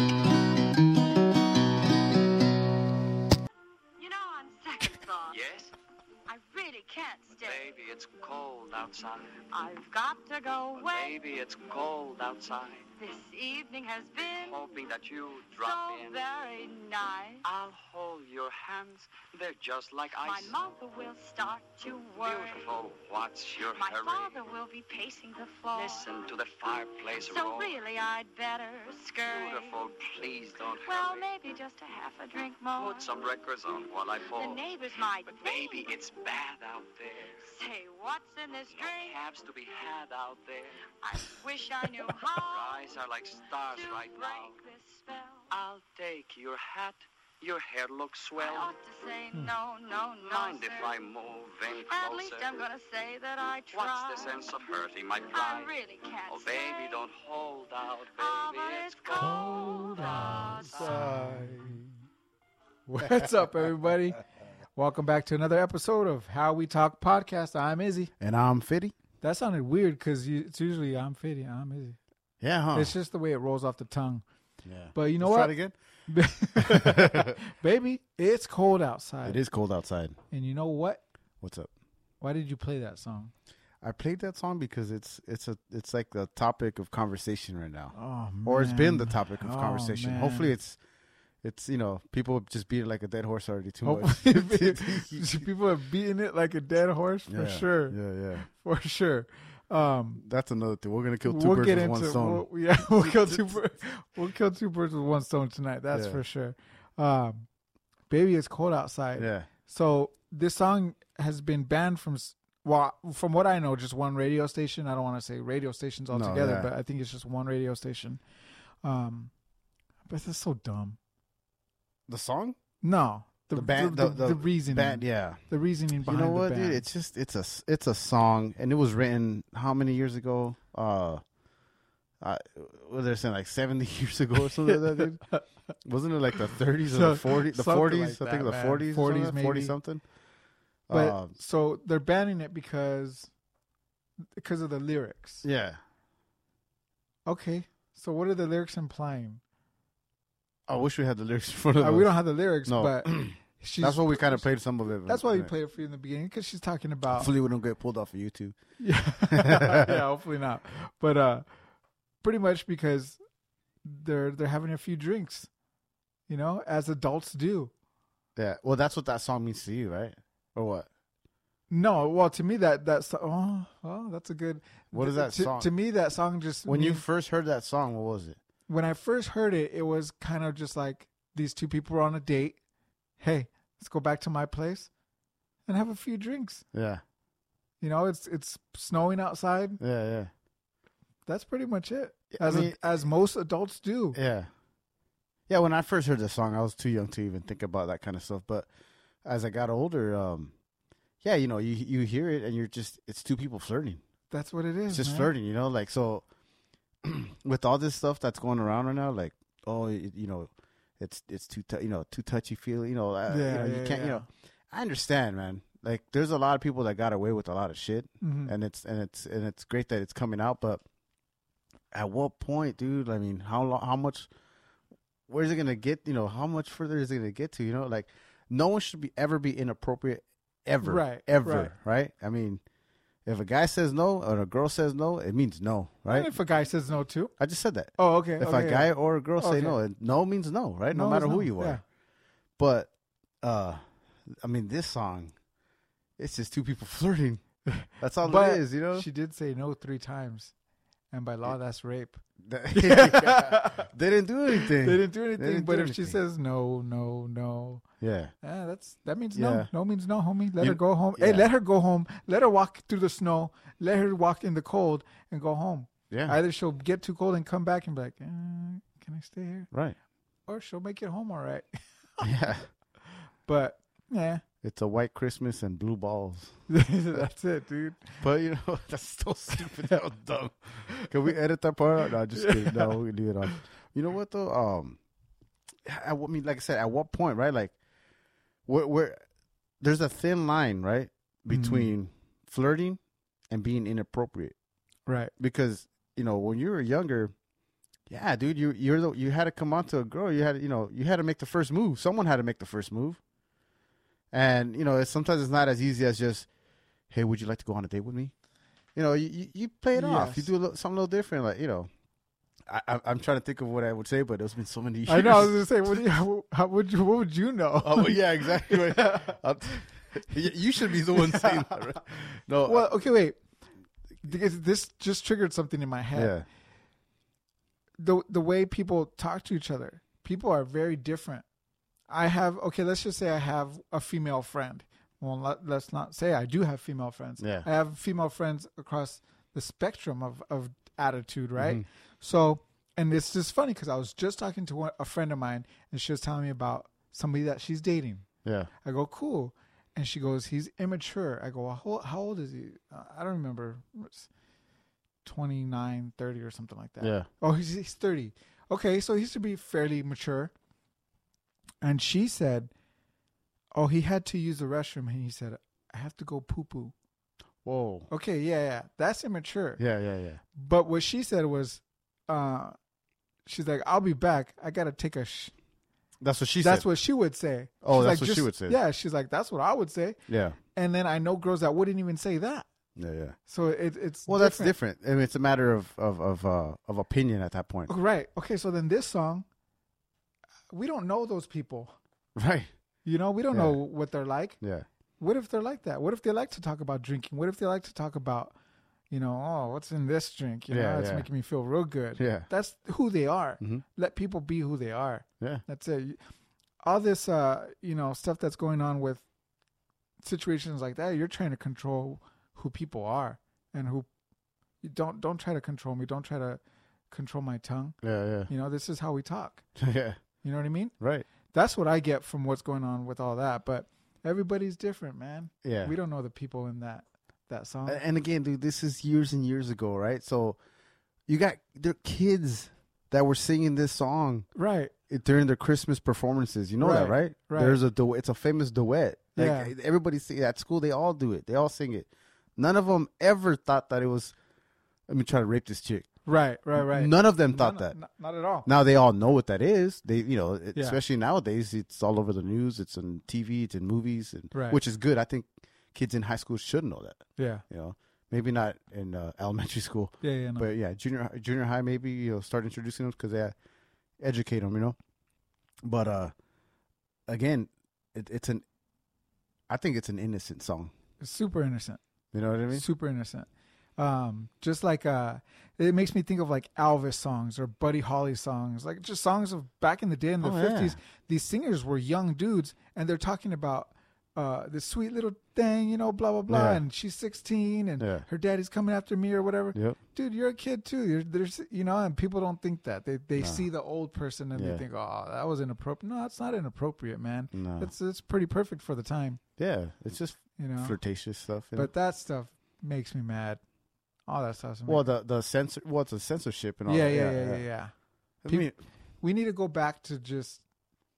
can't stay. Baby, it's cold outside. I've got to go away. Oh, Baby, it's cold outside. This evening has been Hoping that you Oh, drop so in. very nice. I'll hold your hands. They're just like My ice. mother will start to worry. Beautiful. What's your My hurry? father will be pacing the floor. Listen to the fireplace So roar. really, I'd better scurry. Beautiful. Please don't Well, hurry. maybe just a half a drink more. Put some records on while I the fall. neighbors might But think. baby, it's bad out there. Say, what's in this No drink? cabs to be had out there. I wish I knew how Your eyes are like stars to right now. break this spell. I'll take your hat. Your hair looks I swell. ought to say no, no, no, hmm. Mind if sir. I move in closer? At least I'm gonna say that I tried. What's the sense of hurting my I pride? really can't oh, say. baby, don't hold out, baby. Oh, but it's cold What's up, everybody? Welcome back to another episode of How We Talk Podcast. I'm Izzy. And I'm Fitty. That sounded weird because it's usually I'm Fitty, I'm Izzy. Yeah, huh? It's just the way it rolls off the tongue. yeah. But you know Let's Try it what? again. Baby, it's cold outside. it is cold outside. And you know what? What's up? Why did you play that song? I played that song because it's it's a it's like the topic of conversation right now, Oh, man. or it's been the topic of Oh, conversation. man. Hopefully, it's it's you know people just beat it like a dead horse already too much. Hopefully, people are beating it like a dead horse for Yeah, sure. Yeah, yeah. For sure. Um, That's another thing. We're gonna kill 2 we'll birds get with into one stone. We'll, yeah, we'll kill two. bir- we'll kill two birds with one stone tonight. That's Yeah. for sure. Um, baby, it's cold outside. yeah, So this song has been banned from s- well, from what I know, just one radio station. I don't want to say radio stations No, altogether, yeah. but I think it's just one radio station. Um, but that's so dumb. the song, No, the the band, the, the, reasoning, band, yeah. the reasoning You behind know what, the ban. dude? It's just it's a s- it's a song, and it was written how many years ago? Uh, I, what they're saying like seventy years ago or something like that, dude. Wasn't it like the thirties or So- the forties? The something forties, like I think that, the man. forties, 40s forties, forty maybe. something. but Uh, so they're banning it because because of the lyrics. yeah. Okay. So what are the lyrics implying? I wish we had the lyrics in front of Uh, us. we don't have the lyrics, Uh-uh. No. but she's that's why we kind of played some of it. that's why we played it for you in the beginning because she's talking about Hopefully, we don't get pulled off of YouTube. yeah, yeah, hopefully not. But uh, pretty much because they're they're having a few drinks, you know, as adults do. Yeah. Well, that's what that song means to you, right? Or what? No, well, to me that that's oh, oh that's a good. What is that to, song? To me, that song just When you means- first heard that song, what was it? when I first heard it, it was kind of just like these two people were on a date. Hey, let's go back to my place and have a few drinks. Yeah. You know, it's it's snowing outside. Yeah. Yeah. That's pretty much it. Yeah, I As mean- as most adults do. Yeah. Yeah, when I first heard the song, I was too young to even think about that kind of stuff. But as I got older, um, yeah, you know, you you hear it and you're just it's two people flirting. That's what it is. It's just man. flirting, you know, like so with all this stuff that's going around right now, like, oh y- you know, it's it's too tou- you know, too touchy feely, you know, uh, you, know you can't you know I understand, man. Like there's a lot of people that got away with a lot of shit Mhm. and it's and it's and it's great that it's coming out but at what point dude i mean how long how much where's it gonna get you know how much further is it gonna get to you know like no one should be ever be inappropriate ever Right, ever right. right. i mean if a guy says no or a girl says no it means no right And if a guy says no too. i just said that Oh, okay. if okay, a guy or a girl Okay. say no and no means no right no, No matter is who no, you are yeah. but uh i mean this song it's just two people flirting that's all But it is you know She did say no three times. And by law that's rape. That- they didn't do anything. They didn't do anything, didn't but do if she anything. says no, no, no, yeah, Ah, that's that means Yeah. no. No means no, homie. Let You- her go home. Hey, yeah. let her go home. Let her walk through the snow. Let her walk in the cold and go home. yeah, Either she'll get too cold and come back and be like, uh, "Can I stay here?" right. Or she'll make it home all right. Yeah, But yeah, it's a white Christmas and blue balls. that's it, dude. But you know that's so stupid. That was dumb. Can we edit that part? out? No, just kidding. No, we can leave it on. You know what though? Um, I, I mean, like I said, at what point, right? Like, where where there's a thin line, right, between flirting and being inappropriate. Right. because you know when you were younger yeah dude you you're the, you had to come on to a girl you had you know you had to make the first move someone had to make the first move and you know it's, sometimes it's not as easy as just hey, would you like to go on a date with me? You know, you, you- you play it off. You Yes. do a little, something a little different. Like, you know, I, I, I'm trying to think of what I would say, but it's been so many years. I know. I was gonna say, what, do you, how, how would you? What would you know? Oh, well, yeah, exactly. right. I'll t- you you should be the one saying that, right? No. uh, well, okay, wait. Because this just triggered something in my head. yeah. the the way people talk to each other. People are very different. I have okay. Let's just say I have a female friend. Well, let, let's not say I do have female friends. Yeah. I have female friends across the spectrum of of attitude, right? So, and it's just funny because I was just talking to one, a friend of mine, and she was telling me about somebody that she's dating. Yeah. I go, cool. And she goes, he's immature. I go, well, how, how old is he? Uh, I don't remember. It's 29, 30 or something like that. Yeah. Oh, he's, he's 30. Okay, so he should be fairly mature. And she said, oh, he had to use the restroom. And he said, I have to go poo poo. Whoa. Okay, yeah, yeah. That's immature. Yeah, yeah, yeah. But what she said was, uh, she's like, I'll be back. I got to take a sh. That's what she That's said. what she would say. Oh, She's that's like, what she "Just-" would say. Yeah, she's like, that's what I would say. Yeah. And then I know girls that wouldn't even say that. Yeah, yeah. So it, it's Well, that's different. I mean, it's a matter of of of uh, of opinion at that point, Okay, right? Okay, so then this song, we don't know those people. right? You know, we don't Yeah. know what they're like. Yeah, What if they're like that? What if they like to talk about drinking? What if they like to talk about, you know, oh, what's in this drink? You Yeah, know, it's yeah. making me feel real good. Yeah. that's who they are. Mhm. Let people be who they are. yeah, That's it. All this, uh, you know, stuff that's going on with situations like that, you're trying to control who people are and who. You don't don't try to control me. Don't try to control my tongue. yeah, You know, this is how we talk. yeah, yeah. You know what I mean? Right. That's what I get from what's going on with all that. But everybody's different, man. Yeah. Uh, we don't know the people in that that song. A- And again, dude, this is years and years ago, right? So you got there are kids that were singing this song right? during their Christmas performances. You know that, Right, right? right. There's a du- it's a famous duet. Like, e, Yeah. Everybody sing at school. They all do it. They all sing it. None of them ever thought that it was. Let me try to rape this chick. Right. Right. Right. None of them thought None- that. Not, not at all. Now they all know what that is. They, you know, it- Yeah. especially nowadays, it's all over the news. It's on TV. It's in movies, and Right. which is good. I think kids in high school should know that. Yeah. You know, maybe not in uh, elementary school, Yeah. Yeah. No. but yeah, junior junior high, maybe you know, start introducing them because they educate them. You know, but uh, again, it, it's an, I think it's an innocent song. Super innocent. You know what I mean? super innocent. Um, just like uh, it makes me think of like Elvis songs or Buddy Holly songs, like just songs of back in the day in the Oh, yeah. fifties. These singers were young dudes, and they're talking about uh, this sweet little thing, you know, blah blah blah. Yeah. And she's sixteen, and Yeah. her daddy's coming after me or whatever. Yep. Dude, you're a kid too. You're there's you know, and people don't think that they they see the old person and Yeah. they think, oh, that was inappropriate. No, it's not inappropriate, man. No. It's it's pretty perfect for the time, Yeah, it's just you know. flirtatious stuff. you know? But that stuff makes me mad. All that stuff. well, the the censor, well, it's a censorship and all. yeah, that. yeah, yeah, yeah, yeah, I Peop- mean, We need to go back to just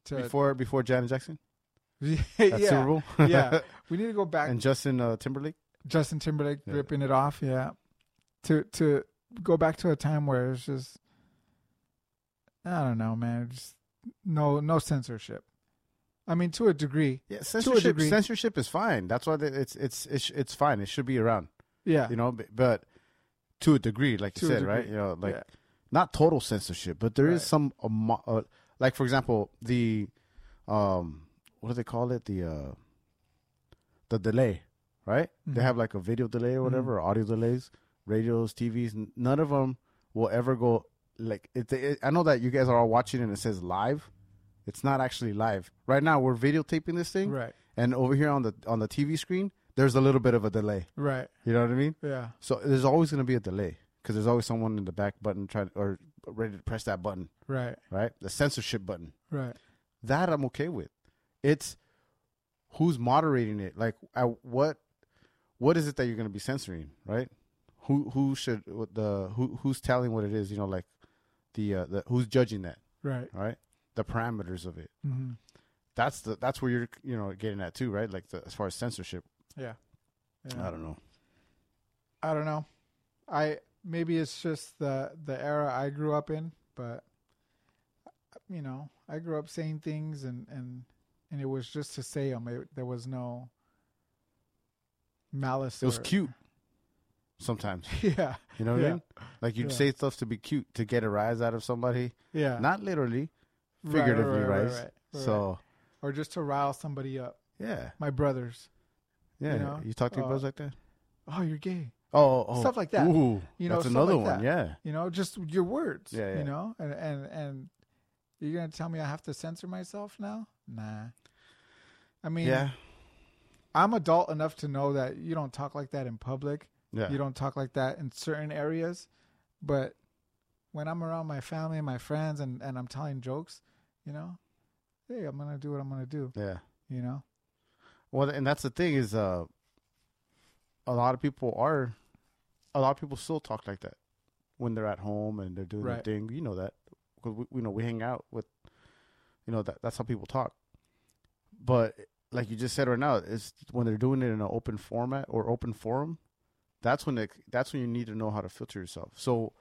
to before before Janet Jackson yeah, at Super Bowl. yeah. We need to go back. and Justin uh, Timberlake. Justin Timberlake Yeah. ripping it off. Yeah, to to go back to a time where it's just I don't know, man. Just no no censorship. I mean, to a degree. Yeah, To a censorship degree. censorship is fine. That's why they, it's it's it's it's fine. It should be around, Yeah, you know. b- But to a degree, like To you a said, right? degree. You know, like Yeah. not total censorship, but there is Right. some amo- uh, like for example the um what do they call it the uh the delay, right? Mm-hmm. They have like a video delay or whatever, or audio delays, radios, TVs. n- None of them will ever go like it, it. I know that you guys are all watching and it says live. It's not actually live. Right now we're videotaping this thing. Right. And over here on the on the TV screen, there's a little bit of a delay. right. You know what I mean? Yeah, So there's always going to be a delay because there's always someone in the back button trying or ready to press that button, right, right? The censorship button. right. That I'm okay with. It's who's moderating it. Like, I, what what is it that you're going to be censoring, right? Who who should what the who who's telling what it is? You know, like the uh, the who's judging that, Right. right? The parameters of it. hmm That's the that's where you're you know getting at too, right? Like the, as far as censorship, Yeah. I don't know. I don't know. I maybe it's just the the era I grew up in, but you know, I grew up saying things and and and it was just to say them. It, there was no malice. It was or- cute. Sometimes, Yeah, you know what I Yeah. mean. Like you'd Yeah. say stuff to be cute to get a rise out of somebody, yeah. not literally, Right, right, figuratively, right, right? right, right, right. So or just to rile somebody up. yeah, My brothers. yeah. You, know, talk to your uh, brothers like that. Oh, you're gay. Oh, oh, Stuff like that. Ooh, You know, that's stuff another like that. one. Yeah, You know, just your words. Yeah, yeah. You know, and and and you're gonna tell me I have to censor myself now? Nah. I mean, yeah, I'm adult enough to know that you don't talk like that in public. yeah. You don't talk like that in certain areas. But when I'm around my family and my friends and, and I'm telling jokes, you know, hey, I'm going to do what I'm going to do, yeah. you know? Well, and that's the thing is, uh, a lot of people are, a lot of people still talk like that when they're at home and they're doing Right. their thing. You know that because we, you know we hang out with, you know that that's how people talk. But like you just said right now, it's when they're doing it in an open format or open forum. That's when it, that's when you need to know how to filter yourself. So,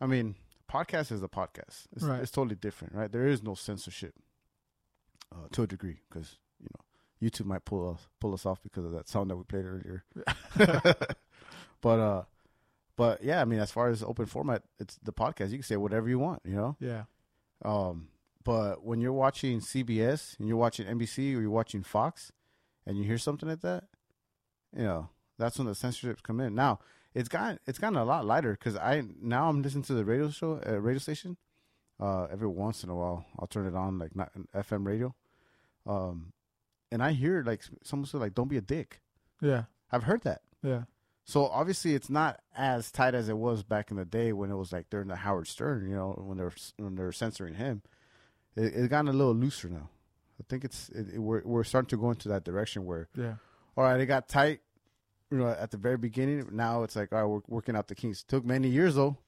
I mean, podcast is a podcast. It's, Right. it's totally different, right? There is no censorship uh, to a degree because you know YouTube might pull us pull us off because of that sound that we played earlier. but uh but yeah, I mean as far as open format, it's the podcast. You can say whatever you want, you know? Yeah. Um but when you're watching CBS and you're watching NBC or you're watching Fox and you hear something like that, you know, that's when the censorships come in. Now, it's gotten it's gotten a lot lighter cuz I now I'm listening to the radio show uh, radio station uh every once in a while. I'll turn it on like not FM radio. Um and I hear like someone say like don't be a dick. Yeah. I've heard that. Yeah. So obviously, it's not as tight as it was back in the day when it was like during the Howard Stern, you know, when they're when they're censoring him. It, it gotten a little looser now. I think it's it, it- we're we're starting to go into that direction where Yeah. all right, it got tight, you know, at the very beginning. Now it's like all right, we're working out the kinks. Took many years though,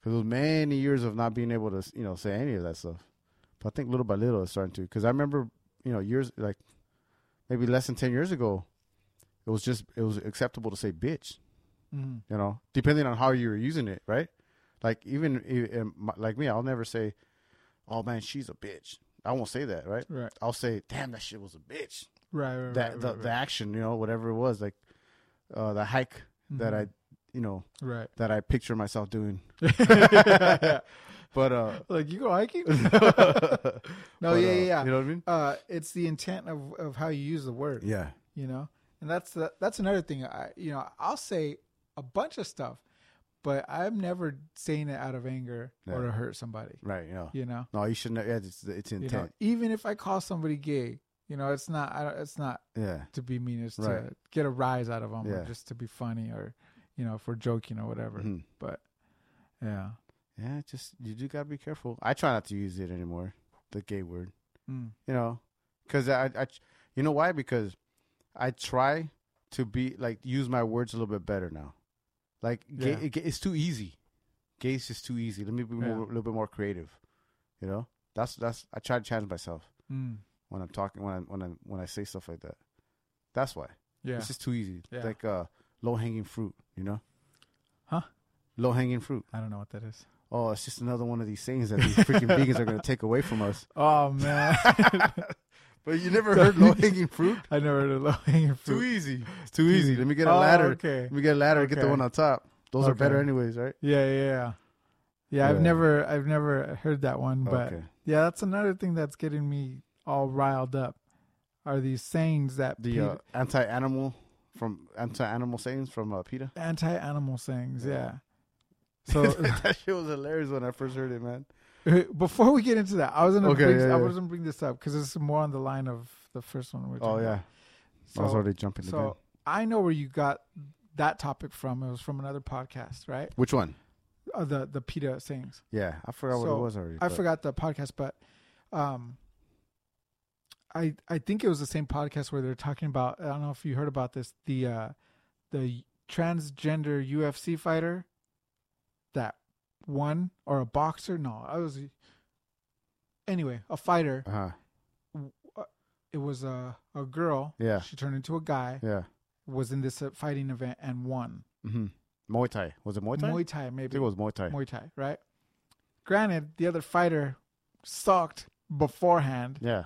because it was many years of not being able to you know say any of that stuff. But I think little by little it's starting to. Because I remember you know years like maybe less than ten years ago, it was just it was acceptable to say bitch Mhm. you know, depending on how you were using it, right? Like even i- in my- like me, I'll never say, "Oh man, she's a bitch." I won't say that, right? Right. I'll say, "Damn, that shit was a bitch." Right. Right. that right, the, right, the action, you know, whatever it was, like uh, the hike that Mm-hmm. I, you know, right. that I picture myself doing. Mm-hmm. Right. But uh, like, you go hiking? no, no, yeah, yeah, yeah. you know what I mean? uh, it's the intent of, of how you use the word. Yeah, you know and that's the, that's another thing i you know i'll say a bunch of stuff but i'm never saying it out of anger or to Yeah. hurt somebody right. Yeah, you know no, you shouldn't. Yeah, it's it's you know intent. even if i call somebody gay you know it's not I don't, it's not yeah, to be mean it's to Right. get a rise out of them or Yeah. just to be funny or you know if we're joking or whatever Mhm. but yeah yeah. Just you do gotta be careful. I try not to use it anymore. The gay word. Mm. you know because I, I you know why because i try to be like use my words a little bit better now like gay, Yeah. it- it's too easy gay is just too easy let me be Yeah. more, a little bit more creative you know that's that's i try to challenge myself Mm. when i'm talking when i when i when i say stuff like that that's why yeah it's just too easy Yeah. like uh low-hanging fruit you know Huh? low-hanging fruit i don't know what that is oh it's just another one of these things that these freaking vegans are going to take away from us oh man but you never heard low-hanging fruit i never heard of low-hanging too fruit easy. It's too easy. Let me get a Oh, ladder. okay. Let me get a ladder. Get the Okay. one on top. Those are better, Okay. anyways, right? Yeah, yeah, yeah. Yeah, I've Yeah. never I've never heard that one, but Okay. yeah, that's another thing that's getting me all riled up. Are these sayings that The uh, anti-animal from anti-animal sayings from uh, PETA. anti-animal sayings, yeah. So uh, that shit was hilarious when I first heard it, man. before we get into that, I was gonna Okay, bring, yeah, I yeah. was gonna bring this up because it's more on the line of the first one. we We're Oh talking yeah, about. I was So- already jumping the gun. so I know where you got that topic from. It was from another podcast, right? Which one? Uh, the the PETA sayings. Yeah, I forgot what So, it was already. I but- forgot the podcast, but um, I I think it was the same podcast where they're talking about. I don't know if you heard about this the uh, the transgender UFC fighter that won or a boxer. No, I was anyway a fighter. Uh-huh. It was a a girl. Yeah. she turned into a guy. Yeah. Was in this uh, fighting event and won Mm-hmm. Muay Thai. Was it Muay Thai? Muay Thai I maybe think it was Muay Thai. Muay Thai right. Granted, the other fighter sucked beforehand. yeah.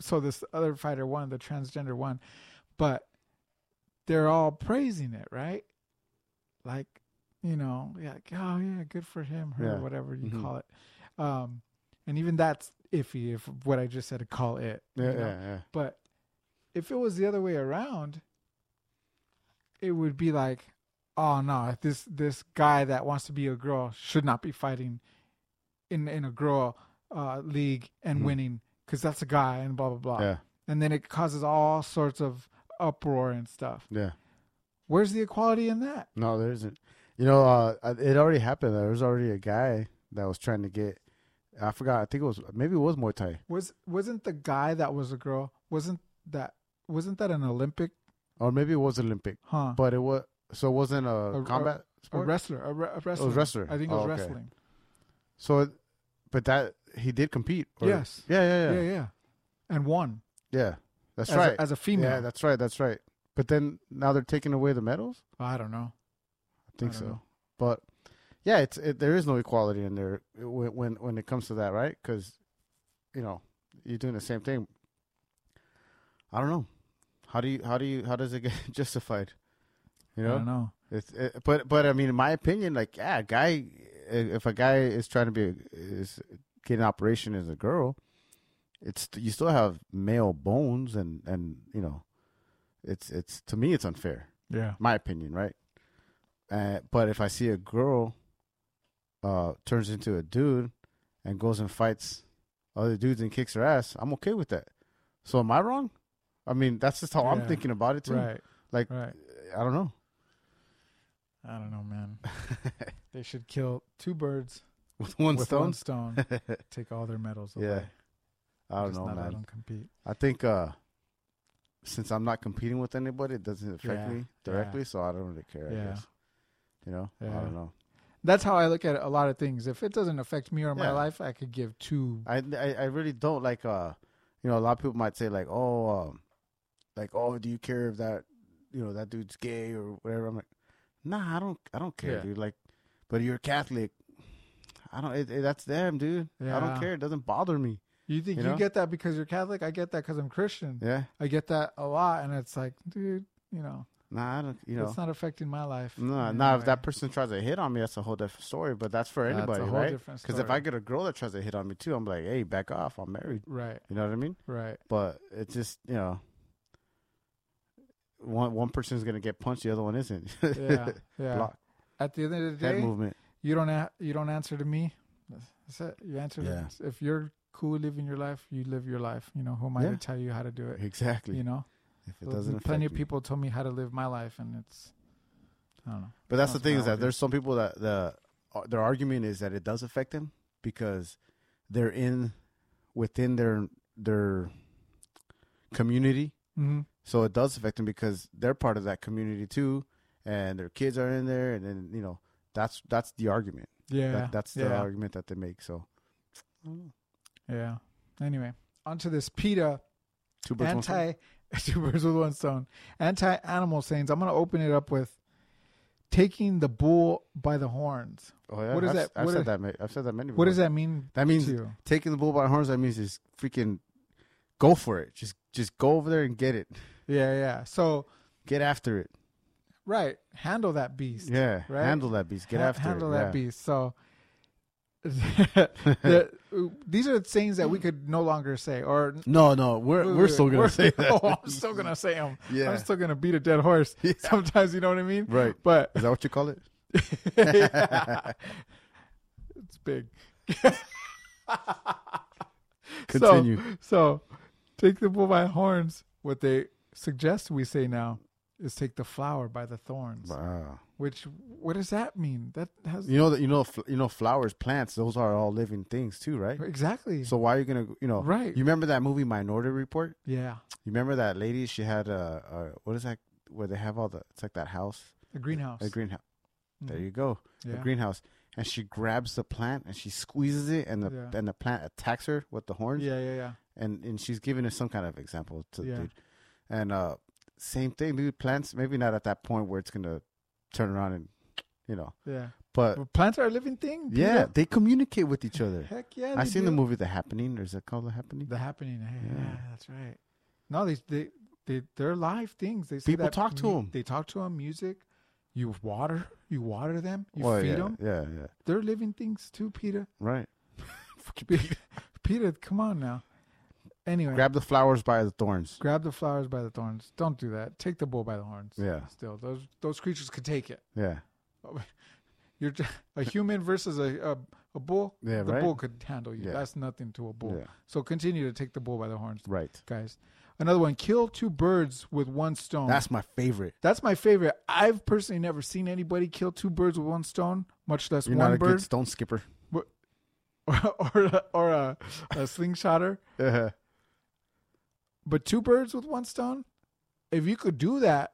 so this other fighter won, the transgender won, but they're all praising it, right? Like, you know, yeah, like, oh yeah, good for him, her, Yeah. whatever you Mhm. call it. Um, and even that's iffy if what I just said to call it. you Yeah, know? yeah, yeah. But if it was the other way around, it would be like, oh no, this this guy that wants to be a girl should not be fighting in in a girl uh, league and Mhm. winning because that's a guy and blah blah blah. Yeah, And then it causes all sorts of uproar and stuff. yeah. Where's the equality in that? No, there isn't. You know, uh, it already happened. There was already a guy that was trying to get. I forgot. I think it was maybe it was Muay Thai. Was wasn't the guy that was a girl? Wasn't that wasn't that an Olympic? or maybe it was Olympic, Huh? but it was so it wasn't a, A- combat a sport. wrestler? A, re- a wrestler? Oh, wrestler. I think it was Oh, okay. wrestling. so, it- but that he did compete. or- Yes. Yeah, yeah, Yeah, yeah, yeah. yeah. And won That's as, right. a, as a female. Yeah, that's right. That's right. But then now they're taking away the medals. I don't know. I think I so. don't know. But yeah, it's it, there is no equality in there when when, when it comes to that, right? Because you know you're doing the same thing. I don't know. How do you how do you how does it get justified? You I know, don't know. It's it, but but I mean, in my opinion, like yeah, a guy. If a guy is trying to be a- is get an operation as a girl, it's you still have male bones and and you know, it's it's to me it's unfair. Yeah. My opinion, right? Uh, but if I see a girl uh turns into a dude and goes and fights other dudes and kicks her ass, I'm okay with that. So am I wrong? I mean, that's just how I'm Yeah. thinking about it too. Right. Like Right. I don't know. I don't know, man. they should kill two birds With one with stone, one stone. take all their medals away. Yeah. I don't Just know, not let man. them compete. I think uh since I'm not competing with anybody, it doesn't Yeah, affect me directly, so I don't really care. I Yeah. guess. You know, I Yeah. don't know. That's how I look at a lot of things. If it doesn't affect me or my Yeah. life, I could give two. I, I I really don't like uh you know a lot of people might say like oh um like oh do you care if that you know that dude's gay or whatever. I'm like nah I don't I don't care Yeah. dude like but you're Catholic. I don't. It, it- that's them, dude. I Yeah. don't care. It doesn't bother me. You think You you, know? get that because you're Catholic? I get that because I'm Christian. Yeah. I get that a lot, and it's like, dude, you know, Nah, I don't. You know. it's not affecting my life. No, in no. any If that way. person tries to hit on me, that's a whole different story. But that's for That's a anybody, whole right? different Because if story. I get a girl that tries to hit on me too, I'm like, hey, back off. I'm married. Right. You know what I mean? Right. But it's just you know, one one person's gonna get punched, the other one isn't. Yeah. Yeah. Block At the end of the head day, movement. you don't a- you don't answer to me. That's, that's it. You answer to Yeah. if you're cool living your life, you live your life. You know who am I Yeah. to tell you how to do it? Exactly. You know, if it So doesn't, plenty affect of me. people told me how to live my life, and it's I don't know. But that's the Sounds thing is valid, that dude. there's some people that the uh, their argument is that it does affect them because they're in within their their community Mm-hmm. So it does affect them because they're part of that community too, and their kids are in there, and then you know that's that's the argument. Yeah, That, that's the yeah, argument that they make. So I don't know. yeah. Anyway, onto this PETA two birds, one stone. anti two birds with one stone anti animal sayings. I'm gonna open it up with taking the bull by the horns. Oh, yeah, what is I've, that- I've what said is- that. ma- I've said that many. What does before. that mean? That means to you? taking the bull by the horns. That means just freaking go for it. Just just go over there and get it. Yeah, yeah. So Get after it. right, handle that beast. Yeah, Right? handle that beast. Get Ha- after handle it. that yeah. beast. So the, these are things that we could no longer say, or No, no, we're we're still gonna say that. Oh, I'm still gonna say them. Yeah. I'm still gonna beat a dead horse. Yeah. Sometimes you know what I mean, Right. But Is that what you call it? it's big. Continue. So, so take the bull by the horns. What they suggest we say now is take the flower by the thorns. Wow. Which what does that mean? That has You know that you know fl- you know flowers, plants. Those are all living things too, right? exactly. So why are you gonna you know? Right. You remember that movie Minority Report? yeah, You remember that lady? She had a, a what is that? Where they have all the it's like that house, a greenhouse. a greenhouse. There Mhm. you go, yeah. a greenhouse. And she grabs the plant and she squeezes it, and the Yeah. and the plant attacks her with the horns. Yeah, yeah, yeah. And and she's giving us some kind of example to Yeah. the dude. And uh, same thing, dude. Plants maybe not at that point where it's gonna turn around and you know, Yeah. but But plants are a living thing. yeah, Peter. they communicate with each other. Heck yeah. I they seen the do. movie The Happening. Or is it called The Happening? The happening. Yeah, Yeah. that's right. No, they they they they're live things. They say People that talk to 'em. They talk to them. Music. You water. You water them. You Well, feed Oh, yeah, them. Yeah, yeah. They're living things too, Peter. Right. Peter, Peter, come on now. Anyway, grab, Grab the flowers by the thorns. the flowers by the thorns. Don't do that. Take the bull by the horns. Yeah. Still, those those creatures could take it. Yeah. You're ju- a human versus a a, a bull. Yeah, the right? bull could handle you. Yeah. That's nothing to a bull. Yeah. So continue to take the bull by the horns, Right. guys. Another one: kill two birds with one stone. That's my favorite. That's my favorite. I've personally never seen anybody kill two birds with one stone, much less You're not one a bird good stone skipper. or or, a, or a, a slingshotter. Yeah. But two birds with one stone? If you could do that,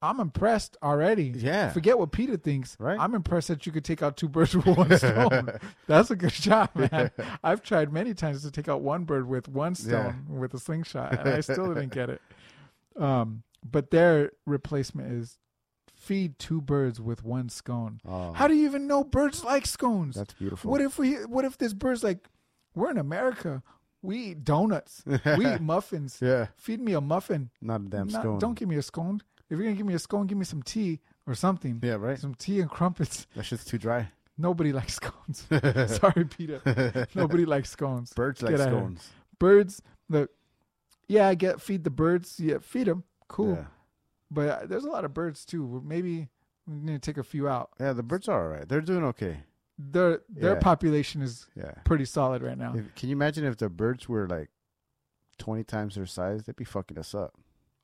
I'm impressed already. Yeah. Forget what Peter thinks. Right. I'm impressed that you could take out two birds with one stone. That's a good job, man. I've tried many times to take out one bird with one stone with a slingshot, and I still didn't get it. Um, but their replacement is feed two birds with one scone. Oh. How do you even know birds like scones? That's beautiful. What if we? What if this bird's like, we're in America, we eat donuts, we eat muffins. Yeah. Feed me a muffin. Not a damn Not- stone. Don't give me a scone. If you're gonna give me a scone, give me some tea or something. Yeah, right. Some tea and crumpets. That shit's too dry. Nobody likes scones. Sorry, Peter. Nobody likes scones. Birds like Get out of here. stones. Birds. Look. Yeah, I get feed the birds. Yeah, feed them. Cool. Yeah. But uh, there's a lot of birds too. Maybe we need to take a few out. yeah, the birds are all right. They're doing okay. Their their Yeah. population is Yeah. pretty solid right now. If, can you imagine if the birds were like 20 times their size? They'd be fucking us up.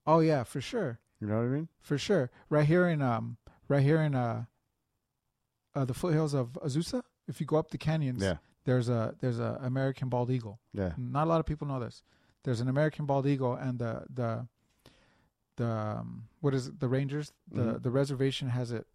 Oh yeah, for sure. You know what I mean? for sure. Right here in um, right here in uh, uh, the foothills of Azusa. If you go up the canyons, Yeah. there's a there's a American bald eagle. Yeah. Not a lot of people know this. There's an American bald eagle, and the the the um, what is it? The rangers, the Mhm. the reservation has it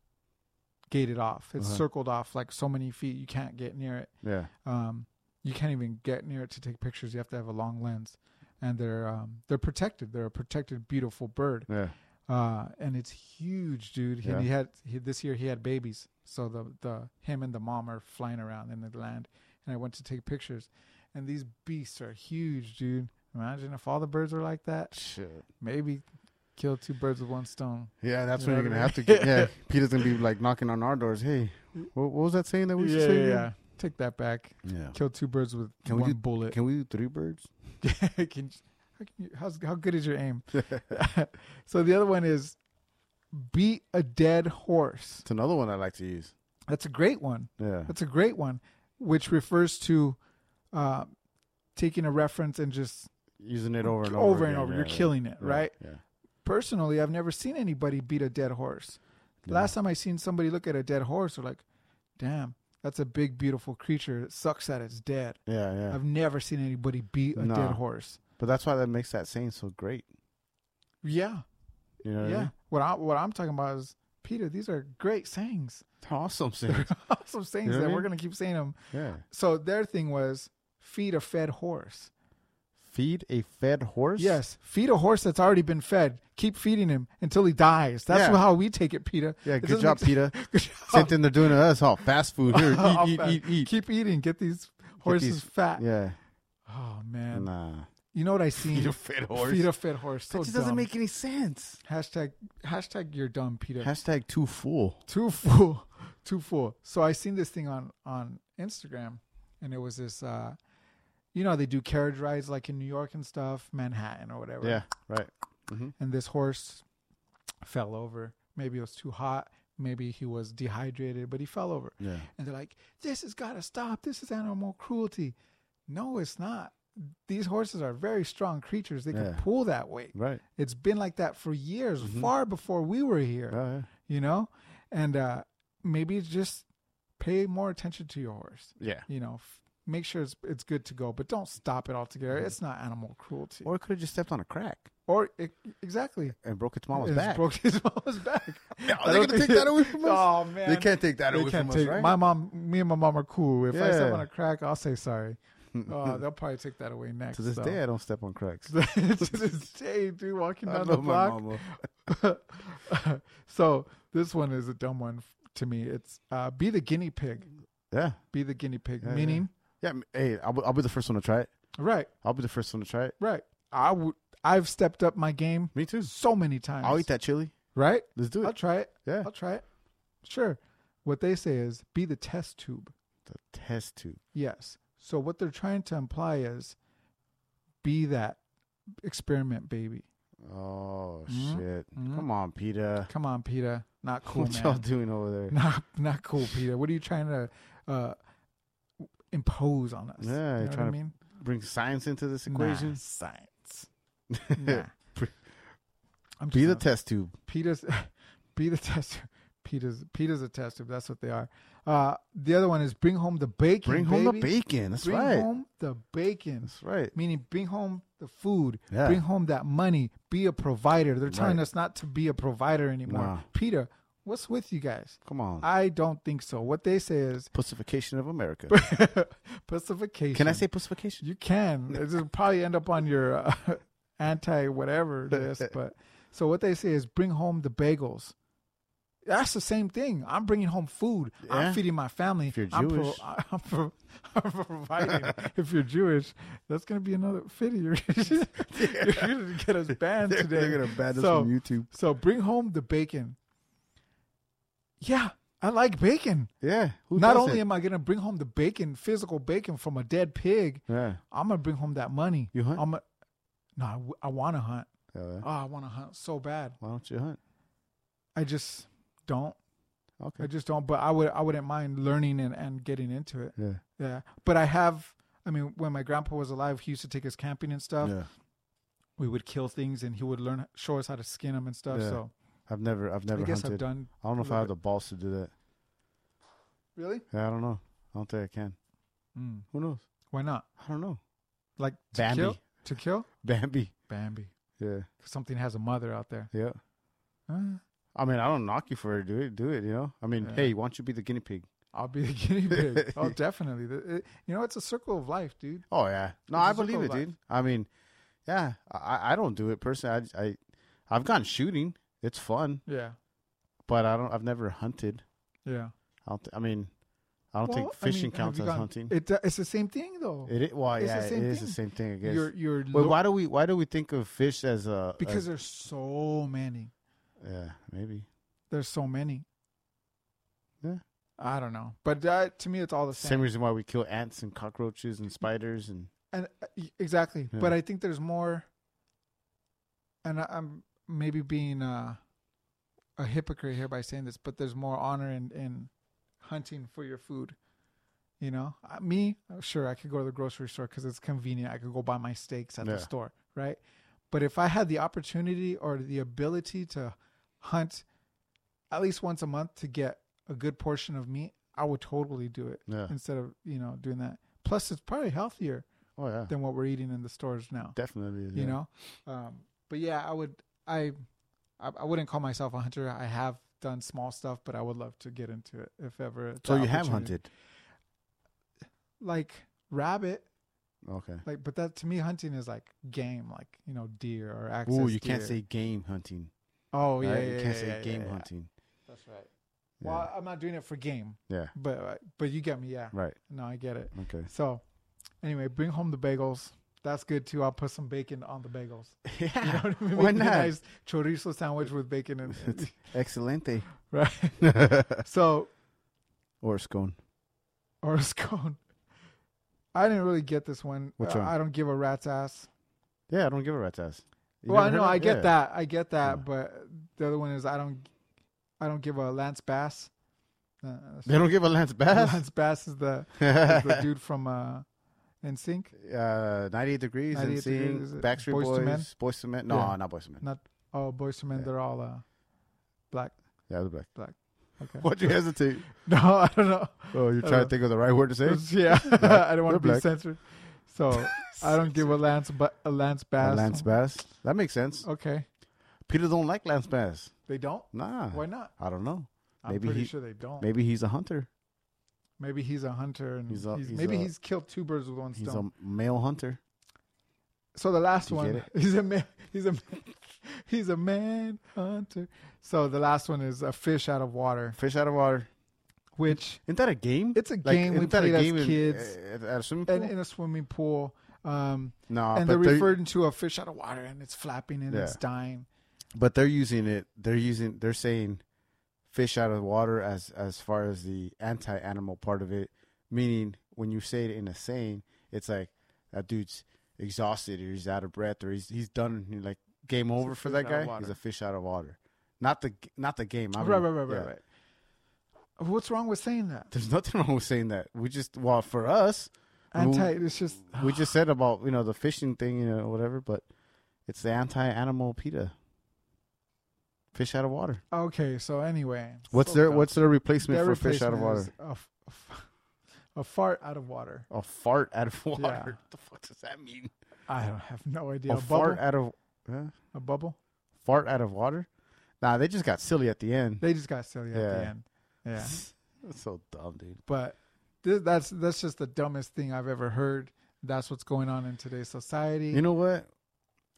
gated off. It's Uh-huh. circled off like so many feet. You can't get near it. Yeah. Um, you can't even get near it to take pictures. You have to have a long lens, and they're um, they're protected. They're a protected, beautiful bird Yeah. uh, and it's huge, dude. He- Yeah. And he had he, this year he had babies, so the the him and the mom are flying around in the land, and I went to take pictures, and these beasts are huge, dude. Imagine if all the birds were like that. Shit. Maybe kill two birds with one stone. Yeah, that's You when know you're what gonna I have to. mean? Get, yeah, Peter's gonna be like knocking on our doors. Hey, what, what was that saying that we should yeah, say? yeah, again? yeah. Take that back. yeah. Kill two birds with Can we one do- bullet. Can we do three birds? Can you- how, can you, how's, how good is your aim? so the other one is beat a dead horse. It's another one I like to use. That's a great one. Yeah, That's a great one, which refers to uh, taking a reference and just using it over and over. over and again. over. Yeah, You're yeah, killing it, yeah, right? Yeah. Personally, I've never seen anybody beat a dead horse. Last time I seen somebody look at a dead horse, they're like, "Damn, that's a big, beautiful creature. It sucks that it's dead." Yeah, yeah. I've never seen anybody beat a dead Nah. horse. But that's why that makes that saying so great. Yeah, You know what I yeah. mean? What I what I'm talking about is Peter. These are great sayings. They're awesome saying. awesome sayings know what that I we're mean? gonna keep saying them. yeah. So their thing was feed a fed horse. Feed a fed horse? Yes, feed a horse that's already been fed. Keep feeding him until he dies. That's Yeah. how we take it, Peter. Yeah, It good doesn't job, make- Peter. Good job. Same thing they're doing to us. Oh, fast food. Here, Off eat, that. eat, eat, eat. Keep eating. Get these horses these- fat. Yeah. Oh man, Nah. you know what I seen? Feed a fed horse. Feed a fed horse. So That just doesn't dumb. make any sense. hashtag hashtag you're dumb, Peter. Hashtag too full. too full, too full. So I seen this thing on on Instagram, and it was this. uh You know they do carriage rides like in New York and stuff, Manhattan or whatever. Yeah, right. and this horse fell over. Maybe it was too hot. Maybe he was dehydrated, but he fell over. Yeah. And they're like, this has got to stop. This is animal cruelty. No, it's not. These horses are very strong creatures. They can Yeah. pull that weight. Right. It's been like that for years, far before we were here, Yeah, you know? And uh, maybe just pay more attention to your horse. yeah. You know, f- make sure it's, it's good to go, but don't stop it altogether. It's not animal cruelty. Or, Mm-hmm. Or it could have just stepped on a crack it, exactly. and broke its mama's It back. Broke his mama's back. Are they gonna take that away from us? Oh man, They can't take that They away can't from us, take- right? My mom, me and my mom are cool. If I step Yeah. on a crack, I'll say sorry. Uh, they'll probably take that away next. to this so. day, I don't step on cracks. to this day, dude, walking I down the love my block. mama. so this one is a dumb one f- to me. It's uh, be the guinea pig. Yeah. Be the guinea pig. yeah. Meaning, Yeah. m- Hey, I'll, be- I'll be the first one to try it. right, I'll be the first one to try it. right. I would. I've stepped up my game Me too. so many times. I'll eat that chili. Right? Let's do I'll it. try it. Yeah. I'll try it. Sure. What they say is be the test tube. The test tube. Yes. So what they're trying to imply is be that experiment baby. Oh shit! Come on, Peter. Come on, Peter. Not Mm-hmm. cool, what y'all man. doing over there? Not not cool, Peter. What are you trying to uh, impose on us? Yeah, you're you know what trying I to mean? Bring science into this Nah, equation. science. Nah. I'm Be just the not- test tube. Peter's be the test tube. Peter's Peter's a test tube. That's what they are. Uh, the other one is bring home the bacon. Bring home the baby. bacon. That's bring right. home the bacon. That's right. Meaning, bring home the food. Yeah. Bring home that money. Be a provider. They're telling Right. us not to be a provider anymore. Nah. Peter, what's with you guys? Come on. I don't think so. What they say is Pussification of America. pacification. Can I say pussification? You can. It'll probably end up on your uh, anti whatever list. But so what they say is bring home the bagels. That's the same thing. I'm bringing home food. Yeah. I'm feeding my family. If you're I'm Jewish. I'm, pro- I'm providing. if you're Jewish, that's gonna be another fitty. You're, you're gonna get us banned They're- today. they're gonna ban us from YouTube. So bring home the bacon. Yeah, I like bacon. Yeah. Who Not doesn't? only am I gonna bring home the bacon, physical bacon from a dead pig, Yeah. I'm gonna bring home that money. You hunt? I'm a, no, I, want to hunt. Yeah, yeah. Oh, I want to hunt so bad. Why don't you hunt? I just don't. I Okay. just don't. But I would. I wouldn't mind learning and, and getting into it. Yeah. Yeah. But I have. I mean, when my grandpa was alive, he used to take us camping and stuff. Yeah. We would kill things, and he would learn show us how to skin them and stuff. Yeah. So I've never. I've never I guess hunted. I've done. I don't know a if I have little the balls to do that. bit. Really? Yeah, I don't know. I don't think I can. Mm. Who knows? Why not? I don't know. Like to Bambi. kill? To kill? Bambi. Bambi. Yeah. 'Cause Something has a mother out there. Yeah. Uh, I mean, I don't knock you for it. Do it. Do it. You know. I mean, Yeah. hey, why don't you be the guinea pig? I'll be the guinea pig. oh, definitely. The- it- you know, it's a circle of life, dude. Oh yeah. No, It's I a circle believe it, of life. dude. I mean, yeah. I- I, I don't do it personally. I, I I've gone shooting. It's fun, Yeah. but I don't. I've never hunted. Yeah. I don't. Th- I mean, I don't think Well, I mean, fishing have counts you as gone- hunting. It, It, it's the same thing though. i- well, it's the yeah, same it is thing. the same thing. I guess. You're you're Wait, lo- why Uh, do we why do we think of fish as a because as- there's so many. yeah maybe There's so many. Yeah. I don't know, but that, to me, it's all the same. same reason why we kill ants and cockroaches and spiders and and uh, y- exactly, Yeah. but I think there's more. And I, I'm maybe being uh, a hypocrite here by saying this, but there's more honor in in hunting for your food. You know, Uh, me, sure, I could go to the grocery store because it's convenient. I could go buy my steaks at Yeah. the store, right? But if I had the opportunity or the ability to hunt at least once a month to get a good portion of meat, I would totally do it Yeah. instead of, you know, doing that. Plus, it's probably healthier oh yeah than what we're eating in the stores now, definitely yeah. you know? Um, but yeah, I would, I, I, I wouldn't call myself a hunter. I have done small stuff, but I would love to get into it if ever. so the you have opportunity- hunted Like rabbit, okay like, but that to me, hunting is like game, like, you know, deer or access. Ooh, you can't deer. say game hunting Oh, yeah. right? yeah, you can't yeah, say yeah, yeah, game yeah. hunting That's right. Yeah. Well, I'm not doing it for game, yeah but uh, but you get me, yeah. right No, I get it. okay So, anyway, bring home the bagels. That's good too. I'll put some bacon on the bagels. You know yeah what I mean? why Make me a not nice chorizo sandwich with bacon and excelente right. So or scone or a scone. I didn't really get this one. Which Uh, one? I don't give a rat's ass. yeah I don't give a rat's ass You well, I never know heard of I it? get Yeah. that. I get that. But the other one is I don't. I don't give a Lance Bass. Uh, that's- they don't give a lance bass Lance Bass is the, is the dude from uh, NSYNC. uh 98 degrees 98 and seeing Degrees, is it Backstreet Boyz Boys II Men? Boys to Men no Yeah. not Boys to Men Not all boys to men. They're all uh, black. yeah the black Black. Okay. Uh, why'd you hesitate No, I don't know. oh you're I trying don't to think of the right word to say Yeah, I don't want to They're be black. censored. So I don't give a Lance, but a Lance Bass. Oh. Lance Bass. That makes sense. Okay, Peter don't like Lance Bass. they don't. Nah. Why not? I don't know. I'm Maybe pretty he sure they don't. Maybe, maybe he's a hunter. he's a hunter, and He's he's a- he's maybe a- he's killed two birds with one He's stone. a male hunter. so the last you get one, it? he's a man. He's a he's a man hunter. So the last one is a fish out of water, Fish out of water. which Isn't that a game? It's a game we isn't that a played as in- kids. uh, at a swimming pool? and in a swimming pool. Um, and No, Ah, but they're they're- referring to a fish out of water and it's flapping and it's Yeah. dying. but they're using it. They're using. They're saying fish out of the water as as far as the anti animal part of it. Meaning, when you say it in a saying, it's like that dude's exhausted or he's out of breath or he's he's done. You're like game over for fish that out of guy. He's water. a fish out of water. Not the not the game. I mean, right, right, right, right, yeah. right. What's wrong with saying that? There's nothing wrong with saying that. We just well for us, we- Anti. It's just we just said about you know the fishing thing you know whatever but it's the anti-animal peta fish out of water okay. So anyway, what's So their dumb. what's their replacement Their for fish out of replacement is water A, f- a f- a fart out of water. a fart out of water Yeah. what the fuck does that mean I don't have no idea. a A, fart bubble. out of huh? A bubble. fart out of water nah they just got silly at the end They just got silly at the Yeah. end. Yeah. that's so dumb dude but th- that's that's just the dumbest thing I've ever heard. That's what's going on in today's society. You know what?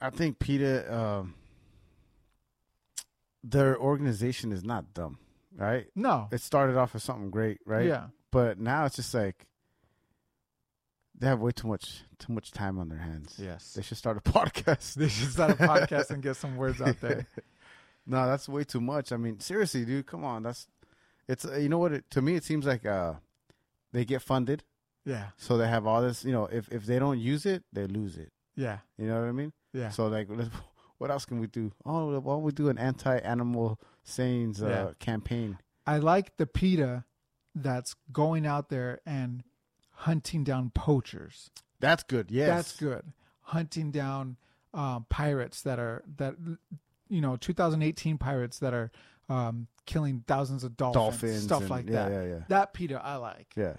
I think PETA, um, their organization is not dumb, right? no, It started off as something great, right? Yeah. But now it's just like they have way too much too much time on their hands. Yes. They should start a podcast. they should start a podcast and get some words out there. no, that's way too much. I mean, seriously, dude, come on. That's it's uh, you know what? It, to me, it seems like uh, they get funded, Yeah, so they have all this. You know, if if they don't use it, they lose it. yeah, You know what I mean? yeah. So like, let's, what else can we do? Oh, why don't we do an anti-animal sayings uh, Yeah. campaign? I like the PETA that's going out there and hunting down poachers. That's good. Yes, That's good. Hunting down uh, pirates that are that you know 2018 pirates that are um, killing thousands of dolphins, Dolphins stuff and- like yeah, that. yeah, yeah. That PETA I like. Yeah.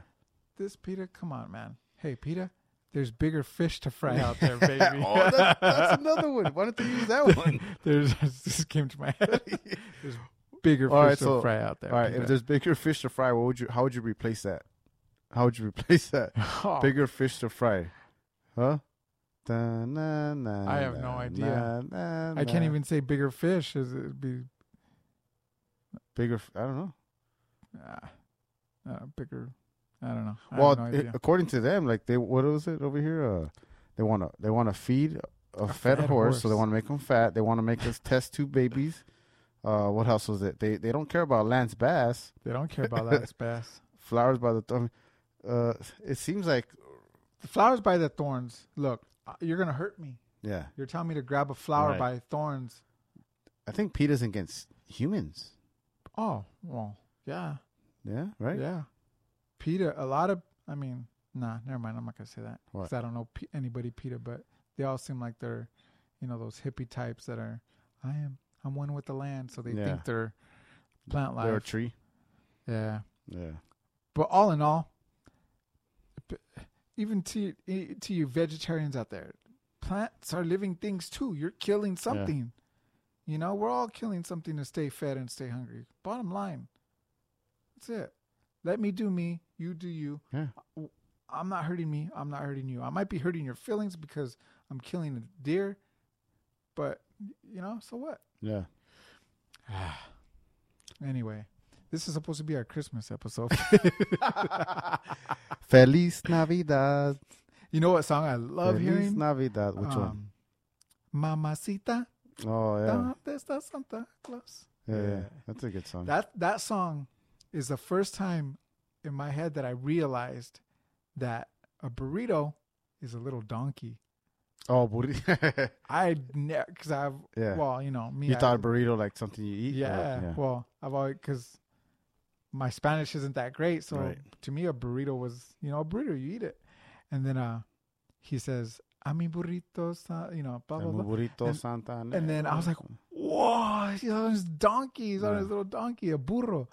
this Peter, come on, man. Hey, Peter, there's bigger fish to fry out there, baby. oh, that, that's another one. Why don't they use that one? there's this came to my head. There's bigger All fish right, to so- fry out there. All right. If Peter. there's bigger fish to fry, what would you? How would you replace that? How would you replace that? Oh, Bigger fish to fry, huh? Da-na-na, I have no idea. na-na-na. I can't even say bigger fish. Is it be bigger. f- I don't know. uh, uh, bigger? I don't know. I well, have no it- idea. according to them, like they what was it over here? Uh, they want to they want to feed a, fed, fed horse, so they horse. want to make them fat. They want to make us test two babies. Uh, what else was it? They they don't care about Lance Bass they don't care about that. It's bass. flowers by the thumb. Uh, it seems like The flowers by the thorns. Look, uh, you're gonna hurt me. yeah. You're telling me to grab a flower Right. by thorns. I think Peter's against humans. Oh, well, yeah, Yeah, right. yeah. Peter, a lot of. I mean, Nah, never mind. I'm not gonna say that because What? I don't know P- anybody Peter, but they all seem like they're, you know, those hippie types that are. I am. I'm one with the land, so they Yeah. think they're plant They're a life. tree. yeah, Yeah. but all in all, p- even to e- to you vegetarians out there, plants are living things too. You're killing something. You know, we're all killing something to stay fed and stay hungry. Bottom line, that's it. Let me do me. You do you. Yeah. I'm not hurting me. I'm not hurting you. I might be hurting your feelings because I'm killing a deer, but you know, so what? Yeah. Anyway, this is supposed to be our Christmas episode. Feliz Navidad. you know what song I love Feliz hearing? um, Navidad. Which one? one? Mamacita, Oh yeah. ¿dónde está Santa Claus? yeah. Yeah. yeah. That's a good song. That that song is the first time in my head that I realized that a burrito is a little donkey. oh, burrito. I because I've Yeah. well, you know, me You I- thought burrito like something you eat? Oh, or- Yeah. Well, I've always because my Spanish isn't that great, so Right. to me a burrito was you know a burrito you eat it, and then uh he says a mi burrito sa-" you know blah Like blah mi blah, burrito And- Santa Ana. and then I was like whoa he's on his donkey he's on Yeah. his little donkey a burro,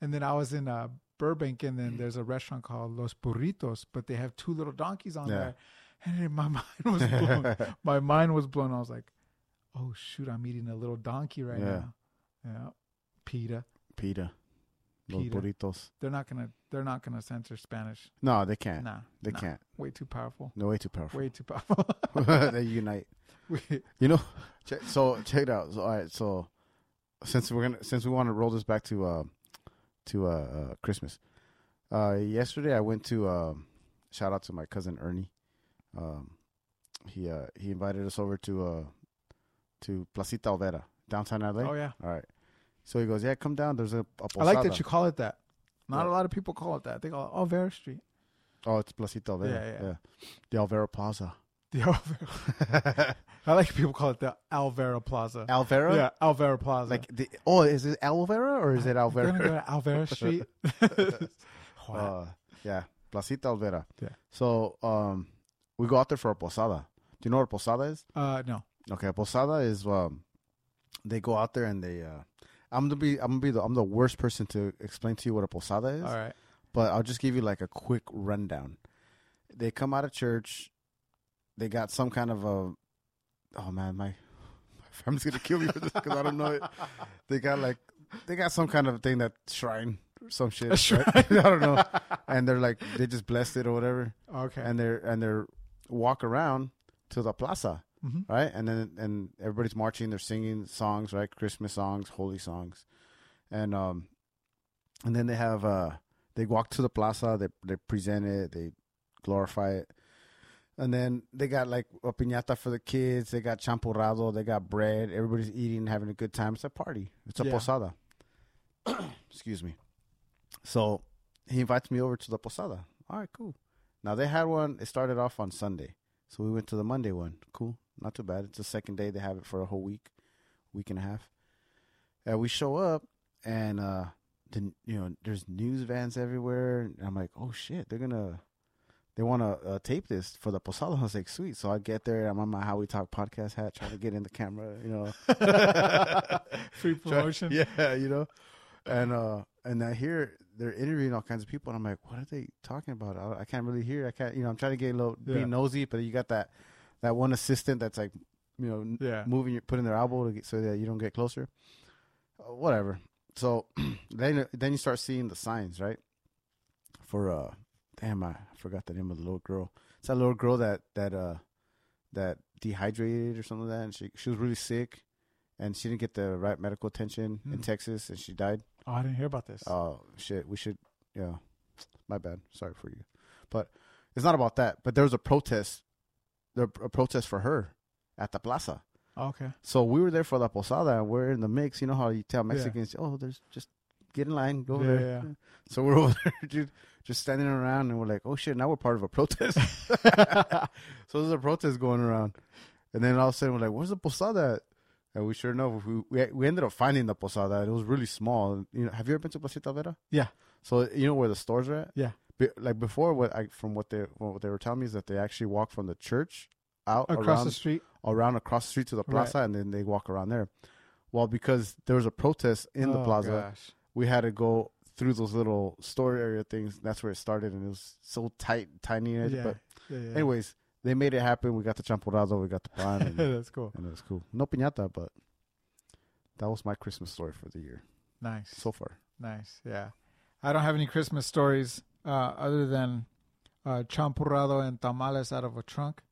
and then I was in uh Burbank and Mm. then there's a restaurant called Los Burritos, but they have two little donkeys on Yeah. there, and then my mind was blown. my mind was blown. I was like, oh shoot, I'm eating a little donkey right Yeah. now. Yeah. PETA. Pita. Los Pita. burritos. They're not gonna they're not gonna censor Spanish. No, they can't. Nah. They nah. can't. Way too powerful. No, way too powerful. Way too powerful. they unite. We- You know. Check, so check it out. So, all right. So since we're gonna since we want to roll this back to uh to uh, uh Christmas. Uh, yesterday I went to um shout out to my cousin Ernie. Um, he uh, he invited us over to uh to Placita Olvera, downtown LA. Oh, yeah. All right. So he goes, yeah, come down. There's a, a I like posada." that you call it that. Not a What? lot of people call it that. They call it oh, Vera Street. Oh, it's Placita Olvera. Yeah, yeah. yeah. The Alvera Plaza. The Alvera. I like people call it the Alvera Plaza. Alvera? yeah, Alvera Plaza. Like the oh, is it Alvera or is it we're gonna go Alvera? to Alvera Street. What? Uh, yeah, Placita Alvera. Yeah. So um, we go out there for a posada. Do you know what a posada is? uh, no. Okay, posada is um, they go out there and they. Uh, I'm gonna be I'm gonna be the I'm the worst person to explain to you what a posada is, All right. but I'll just give you like a quick rundown. They come out of church, they got some kind of a. Oh man, my my family's gonna kill me for this because I don't know it. They got like they got some kind of thing that shrine or some shit. right? I don't know, and they're like they just blessed it or whatever Okay. and they're and they're walk around to the plaza right and then and everybody's marching they're singing songs right christmas songs holy songs and um and then they have uh they walk to the plaza they they present it they glorify it and then they got like a piñata for the kids they got champurrado they got bread everybody's eating having a good time it's a party it's a Yeah. posada excuse me so he invites me over to the posada all right cool now they had one. It started off on Sunday, so we went to the Monday one. Cool, not too bad. It's the second day they have it for a whole week, week and a half. And we show up, and uh, the you know there's news vans everywhere. And I'm like, oh shit, they're gonna they want to uh, tape this for the posada. I was like, sweet. So I get there. I'm on my How We Talk podcast hat, trying to get in the camera. You know, Free Try- promotion. yeah, you know. And uh and I hear they're interviewing all kinds of people, and I'm like, what are they talking about? I, I can't really hear. I can't, you know. I'm trying to get a little Yeah. be nosy, but you got that that one assistant that's like, you know, n- Yeah. moving, your- putting their elbow to get, so that you don't get closer. Uh, whatever. So then uh, then you start seeing the signs, right? For uh, damn, I forgot the name of the little girl. It's that little girl that that uh that dehydrated or something like that, and she she was really sick, and she didn't get the right medical attention in Hmm. Texas, and she died. Oh, I didn't hear about this. Oh shit, we should. Yeah, my bad. Sorry for you, but it's not about that. But there was a protest, there a protest for her at the plaza. okay. So we were there for La Posada, and we're in the mix. You know how you tell Mexicans, oh, there's just get in line, go over Yeah, there. yeah. So we're over there, dude, just standing around, and we're like, oh shit, now we're part of a protest. so there's a protest going around, and then all of a sudden we're like, where's the Posada? At? And we sure enough, we, we we ended up finding the Posada. and It was really small. You know, have you ever been to Placita Vera? Yeah. So you know where the stores are at? Yeah. Be, like before, what I from what they what they were telling me is that they actually walk from the church out Across around, the street. around across the street to the Right. plaza and then they walk around there. Well, because there was a protest in the Oh, plaza, gosh. we had to go through those little store area things. That's where it started and it was so tight, tiny. and- Yeah. But yeah, yeah. anyways, they made it happen. We got the champurrado, we got the pan and, and that's cool. it was cool. No piñata, but that was my Christmas story for the year Nice. so far. Nice. Yeah. I don't have any Christmas stories uh, other than uh, champurrado and tamales out of a trunk.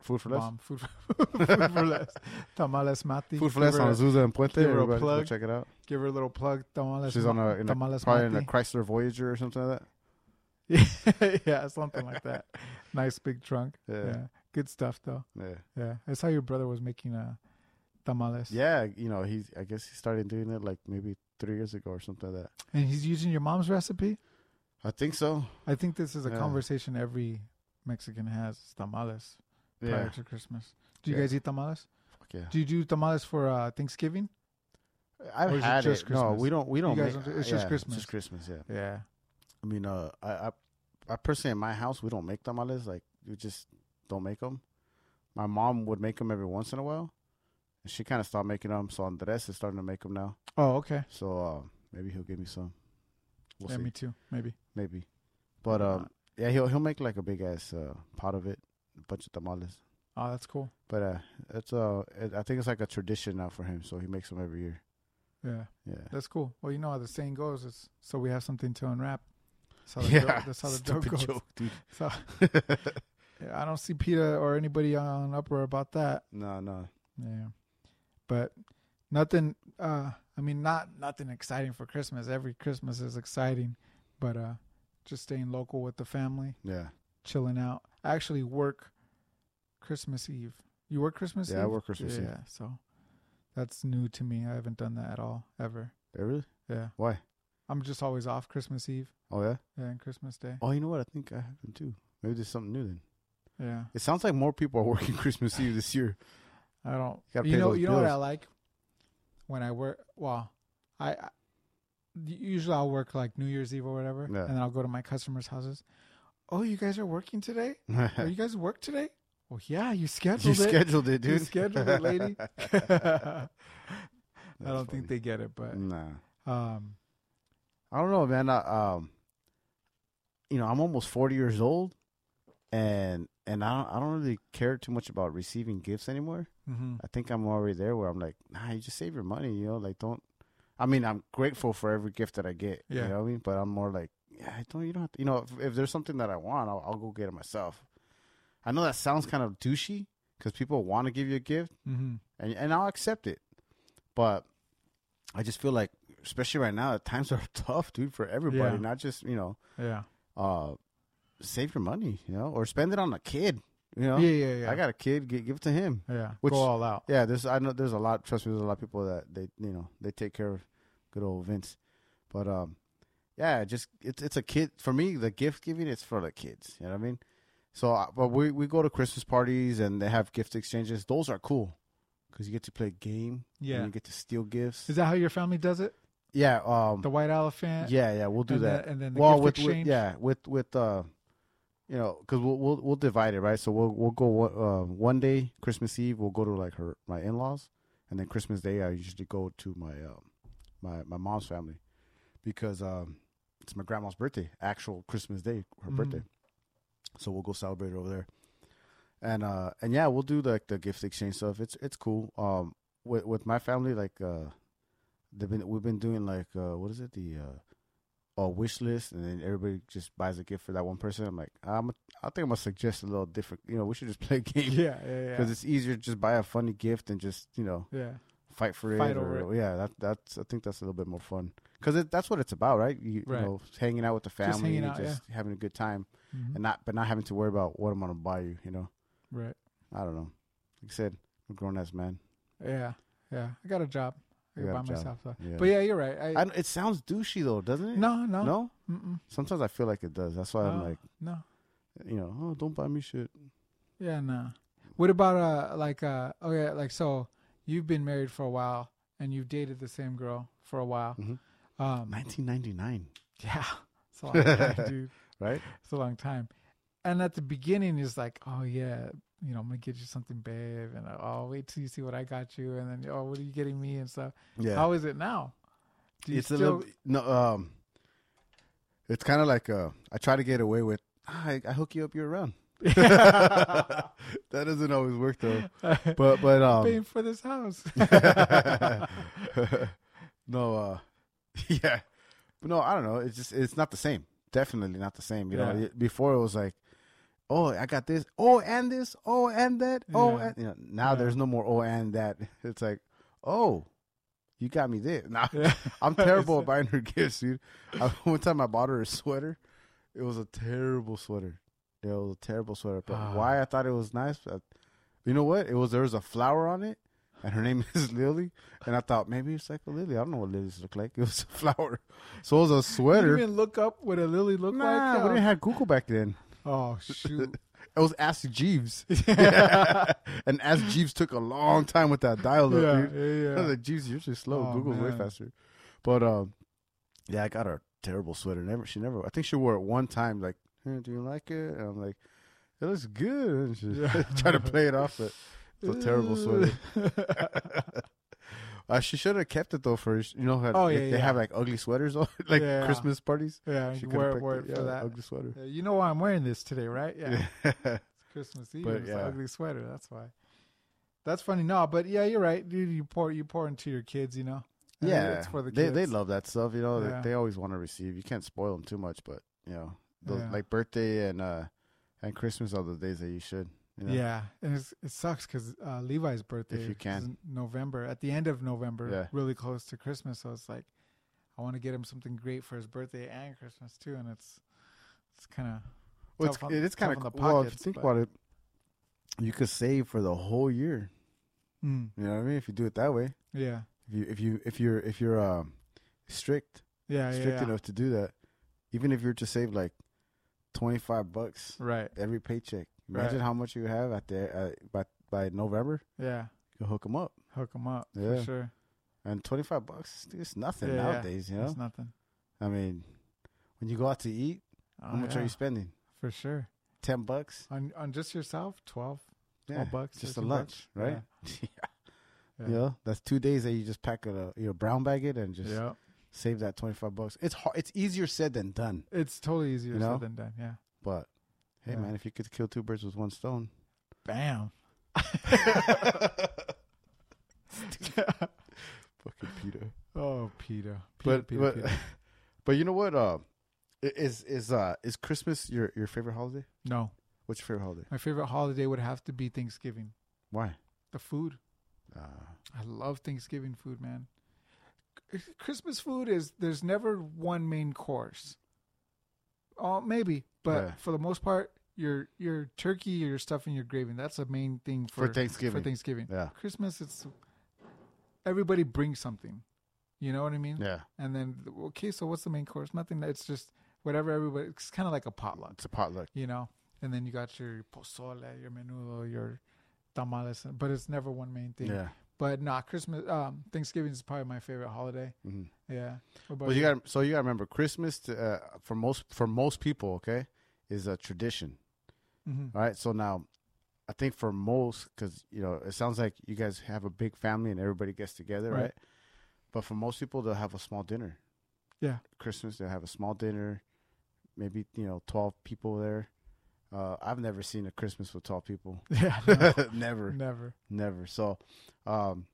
Food for less. Bomb. Food for, food for less. Tamales Mati. Food for Give less her on a- Azusa and Puente. give her a Everybody go plug. check it out. Give her a little plug. Tamales. She's on Ma- a, in a tamales probably in a Mati. Chrysler Voyager or something like that. yeah, something like that. nice big trunk. Yeah. yeah. Good stuff though. Yeah. Yeah, I saw your brother was making uh, tamales. Yeah, you know, he's. I guess he started doing it like maybe three years ago or something like that. and he's using your mom's recipe. I think so. I think this is a Yeah. conversation every Mexican has is tamales prior Yeah. to Christmas. Do you Yeah. guys eat tamales? Fuck yeah. Do you do tamales for uh, Thanksgiving? I've Or is it had just it. No, Christmas? we don't. We don't. guys make, don't do- it's yeah, just Christmas. It's just Christmas. Yeah. Yeah, I mean, uh, I, I, I personally in my house we don't make tamales. Like we just don't make them. My mom would make them every once in a while, and she kind of stopped making them. So Andres is starting to make them now. Oh, okay. So uh, maybe he'll give me some. We'll yeah, see. me too. Maybe. maybe. But um, yeah, he'll he'll make like a big ass uh, pot of it, a bunch of tamales. Oh, that's cool. But uh, it's uh, it, I think it's like a tradition now for him. So he makes them every year. Yeah, Yeah. that's cool. Well, you know how the saying goes: "It's so we have something to unwrap." That's how the joke, that's how the joke Stupid goes. joke, dude. So, yeah, I don't see Peter or anybody on uproar about that. No, no. Yeah. But nothing uh I mean not nothing exciting for Christmas. Every Christmas is exciting, but uh just staying local with the family, Yeah. chilling out. I actually work Christmas Eve. You work Christmas Eve? Yeah, I work Christmas Eve. Yeah, so that's new to me. I haven't done that at all ever. Really? Yeah. Why? I'm just always off Christmas Eve Oh yeah. yeah, and Christmas Day. Oh, you know what? I think I have them too. Maybe there's something new then. Yeah. It sounds like more people are working Christmas Eve this year. I don't. You gotta You pay know, those you know what bills. I like when I work. Well, I, I usually I'll work like New Year's Eve or whatever, Yeah. and then I'll go to my customers' houses. Oh, you guys are working today? Oh, you you guys work today? Well, yeah, you scheduled it. scheduled it, dude. You scheduled it, lady. I don't think funny. Mm. they get it, but Nah. um, I don't know, man. I, um, you know, I'm almost 40 years old, and and I don't, I don't really care too much about receiving gifts anymore. mhm. I think I'm already there where I'm like, nah, you just save your money, you know. Like, don't. I mean, I'm grateful for every gift that I get. Yeah. You know what I mean? But I'm more like, yeah, I don't. You don't have to. You know, if, if there's something that I want, I'll, I'll go get it myself. I know that sounds kind of douchey because people want to give you a gift, Mhm. and and I'll accept it. But I just feel like, especially right now, times are tough, dude, for everybody. Yeah. Not just you know, yeah, uh, save your money, you know, or spend it on a kid. You know, yeah, yeah, yeah. I got a kid, gi- give it to him. yeah. which- go all out. Yeah, there's I know there's a lot. Trust me, there's a lot of people that they you know they take care of good old Vince, but um, yeah, just it's it's a kid for me. The gift giving it's for the kids. You know what I mean? So, I- but we we go to Christmas parties and they have gift exchanges. Those are cool because you get to play a game. Yeah. and you get to steal gifts. Is that how your family does it? yeah, um, The white elephant. yeah, yeah, we'll do and that. The, and then the well, gift with, with exchange. yeah, with with uh, you know, because we'll we'll we'll divide it right. So we'll we'll go one- uh, one day Christmas Eve we'll go to like her my in laws, and then Christmas Day I usually go to my um my my mom's family because um it's my grandma's birthday, actual Christmas Day, her Mhm. birthday. So we'll go celebrate it over there, and uh and yeah, we'll do like the gift exchange stuff. It's it's cool. Um, with with my family like uh they've been we've been doing like uh what is it the uh a wish list and then everybody just buys a gift for that one person i'm like i'm i think i'm gonna suggest a little different you know we should just play a game yeah, yeah, yeah. because it's easier to just buy a funny gift and just you know yeah. fight for Fight it over or, yeah that that's i think that's a little bit more fun because that's what it's about right you, Right. you know hanging out with the hanging family and out, yeah. just having a good time Mhm. and not but not having to worry about what i'm gonna buy you you know Right. i don't know like i said i'm a grown-ass man Yeah. Yeah. I got a job. I You go got by a job. myself. Though. Yeah. But yeah, you're right. I, I, it sounds douchey though doesn't it no, no, no Mm-mm, sometimes i feel like it does that's why i'm Oh. like no. you know, oh, don't buy me shit. Yeah, no. What about uh, like uh, oh yeah, like so you've been married for a while and you've dated the same girl for a while. Mhm. Um, 1999, yeah, it's a long time, dude. right? It's a long time. And at the beginning, it's like, oh yeah, you know, I'm gonna get you something, babe, and oh, wait till you see what I got you, and then oh, what are you getting me and stuff. Yeah, How is it now? Do you it's still, a little no. Um, it's kind of like uh, I try to get away with. "Ah, I, I hook you up year round. that doesn't always work though. But but paying um, for this house. no, uh, yeah, but no, I don't know. It's just it's not the same. Definitely not the same. You know, Yeah. It- before it was like. Oh, I got this. Oh, and this. Oh, and that. Oh, Yeah. and you know, now Yeah. there's no more. Oh, and that. It's like, oh, you got me this. Nah, Yeah. I'm terrible at buying her gifts, dude. I, one time I bought her a sweater. It was a terrible sweater. Yeah, it was a terrible sweater. But Ah. why I thought it was nice, uh, you know what? It was there was a flower on it, and her name is Lily. And I thought maybe it's like a lily. I don't know what lilies look like. It was a flower, so it was a You sweater. even look up what a lily looked Nah, like. we though? didn't have Google back then. Oh shoot! It was Ask Jeeves, and Ask Jeeves took a long time with that dial-up, yeah, dude. yeah, I yeah. was like, "Jeez, you're just slow. Oh, Google's way man. faster." But um, yeah, I got her a terrible sweater. Never, she never. I think she wore it one time. Like, "Eh, do you like it? And I'm like, it looks good. And she Yeah. trying to play it off, but it's a terrible sweater. Uh, she should have kept it though. For you know, how Oh, they, yeah, they yeah. have like ugly sweaters on, like Yeah. Christmas parties. yeah, She you coulda wear, picked wear it yeah, for that. ugly sweater. Yeah, you know why I'm wearing this today, right? Yeah, it's Yeah. Christmas Eve. But, it's an yeah. ugly sweater. That's why. That's funny. No, but yeah, you're right, dude. You pour, you pour into your kids. You know. And it's for the they kids. they love that stuff. You know, Yeah. they, they always want to receive. You can't spoil them too much, but you know, those, Yeah. like birthday and uh and Christmas are the days that you should. You know? Yeah, and it's, it sucks because uh, Levi's birthday you is can. in November at the end of November, Yeah. really close to Christmas. So it's like, I want to get him something great for his birthday and Christmas too, and it's it's kind of Well, it's, tough on- it is tough kind of on the well. If you pockets, think but- about it, you could save for the whole year. Mm. You know what I mean? If you do it that way, Yeah. if you if you if you're if you're um, strict Yeah. Yeah. strict yeah. enough to do that, even if you were to save like twenty five bucks Right. every paycheck, imagine Right. how much you would have at the uh, by by November. Yeah. You could hook them up, Hook them up Yeah. for sure. and twenty five bucks dude, it's nothing Yeah, yeah. nowadays. You know, That's nothing. I mean, when you go out to eat, how Oh, much are yeah, you spending? For sure. Ten bucks. On on just yourself, 12, 12 bucks. just a 13 lunch, bucks. right? Yeah. Yeah. You know, that's two days that you just pack a you know brown bag it and Yeah. just Yeah. save that twenty five bucks. It's hard. It's easier said than done. It's totally easier You know? said than done. Yeah. But hey, Yeah. man, if you could kill two birds with one stone, Bam. fucking Peter. Oh, Peter. Peter, But Peter, but Peter. but you know what? Uh, i- is is uh is Christmas your your favorite holiday? No. What's your favorite holiday? My favorite holiday would have to be Thanksgiving. Why? The food. Uh, I love Thanksgiving food, man. C- Christmas food is there's never one main course. Oh, maybe, but Yeah. for the most part, your your turkey, your stuff, and your gravy. That's the main thing For for, Thanksgiving. For Thanksgiving, Yeah. Christmas, it's everybody brings something. You know what I mean? yeah, And then okay, so what's the main course? Nothing. It's just whatever everybody. It's kind of like a potluck it's a potluck. you know. And then you got your pozole, your menudo, your tamales, but it's never one main thing. Yeah. But nah, Christmas, um, Thanksgiving is probably my favorite holiday. Mhm. Yeah. What about Well, you got so you got to remember Christmas to, uh, for most for most people, okay, is a tradition. Mhm. All right, so now I think for most, because you know, it sounds like you guys have a big family and everybody gets together, right? Right. But for most people, they'll have a small dinner. Yeah. Christmas, they'll have a small dinner, maybe you know, twelve people there. Uh, I've never seen a Christmas with twelve people. Yeah. no, never, never. never. So, um,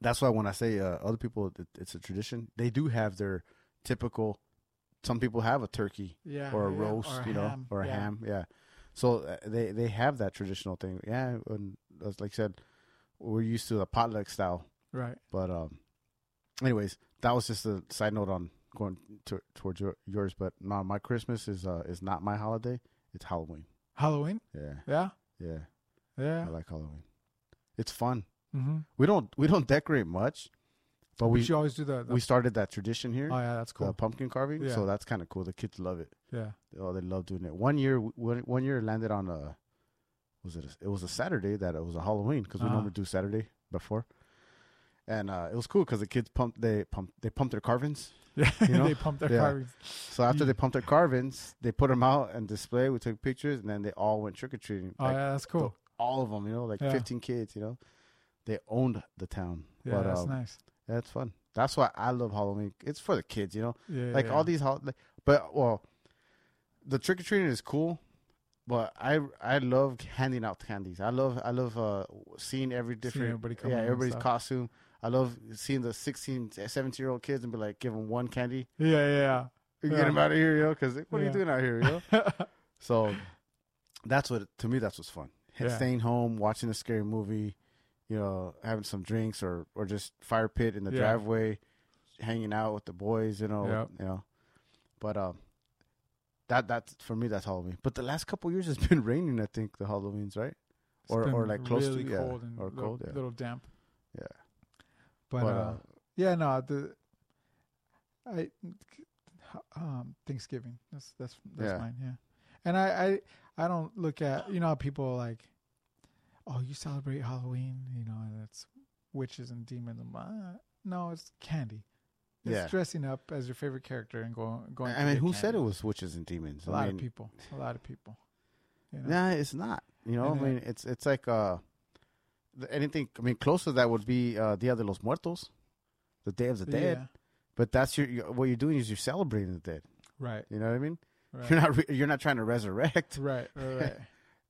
that's why when I say uh, other people, it, it's a tradition. They do have their typical. Some people have a turkey Yeah. or a Uh, yeah, roast, or a you know, ham, or a yeah. ham. Yeah. So uh, they they have that traditional thing. Yeah, and that's like I said, we're used to the potluck style. Right. But um, anyways, that was just a side note on going to, towards your, yours. But no, my Christmas is uh is not my holiday. It's Halloween. Halloween. Yeah, Yeah. yeah, Yeah. I like Halloween. It's fun. Mm-hmm. We don't we don't decorate much, but But we you always do the. the we started that tradition here. oh yeah, that's The cool. pumpkin carving, Yeah. so that's kind of cool. The kids love it. yeah. Oh, they love doing it. One year, w- one one year it landed on a was it? A, it was a Saturday that it was a Halloween because we Ah. normally do Saturday before, and uh, it was cool because the kids pumped they pumped they pumped their carvings. Yeah. know? they pump their Yeah. carvings. So after they pumped their carvings, they put them out and display. We took pictures, and then they all went trick or treating. Oh yeah, that's cool. All of them, you know, like Yeah. fifteen kids. You know, they owned the town. Yeah, that's um, nice. That's fun. That's why I love Halloween. It's for the kids, you know Yeah. like yeah. all these holiday, but well, the trick or treating is cool, but I I love handing out candies. I love I love uh, seeing every different everybody come yeah in and everybody's stuff. costume. I love seeing the 16, 17 year old kids and be like, give them one candy, Yeah. and get Yeah. them out of here, yo. Because what are you Yeah. doing out here, yo? Yeah. so that's what to me that's what's fun. Yeah. Staying home, watching a scary movie, you know, having some drinks or or just fire pit in the Yeah. driveway, hanging out with the boys, you know, Yep. you know. But um, that that's for me that's Halloween. But the last couple years it's been raining. I think the Halloweens right. It's Or- or been like close to- really yeah, cold and or little, cold, yeah. little damp. Yeah. But, But, uh, uh, yeah, no, the I um Thanksgiving. That's that's that's Yeah. mine, yeah. And I I I don't look at you know how people are like oh, you celebrate Halloween, you know, and it's witches and demons and blah. no, it's candy. It's Yeah. dressing up as your favorite character and going going I to mean, get who candy. said it was witches and demons? A I lot mean, of people. A lot of people. You know? Nah, it's not. You know, I And, uh, mean, it's it's like uh, th- anything. I mean, close to that would be uh, Dia de los Muertos, the Day of the Dead. Yeah. But that's your, your what you're doing is you're celebrating the dead. Right. You know what I mean? Right. You're not re- you're not trying to resurrect Right, right, right.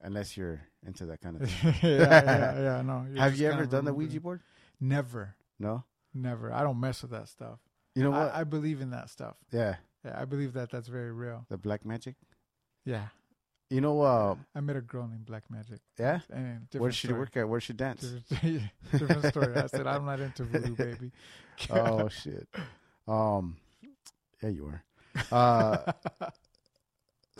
unless you're into that kind of thing. yeah, yeah, yeah. No. you're Have just you kind ever of done the removing- Ouija board? Never, No. never. I don't mess with that stuff. You know what? I, I believe in that stuff. yeah, Yeah, I believe that that's very real. the black magic. Yeah, You know, uh, I met a girl named Black Magic. yeah. And different Where should she story. work at? Where should she dance? Different, different story. I said I'm not into voodoo, baby. oh shit. Um, yeah, you were. Uh,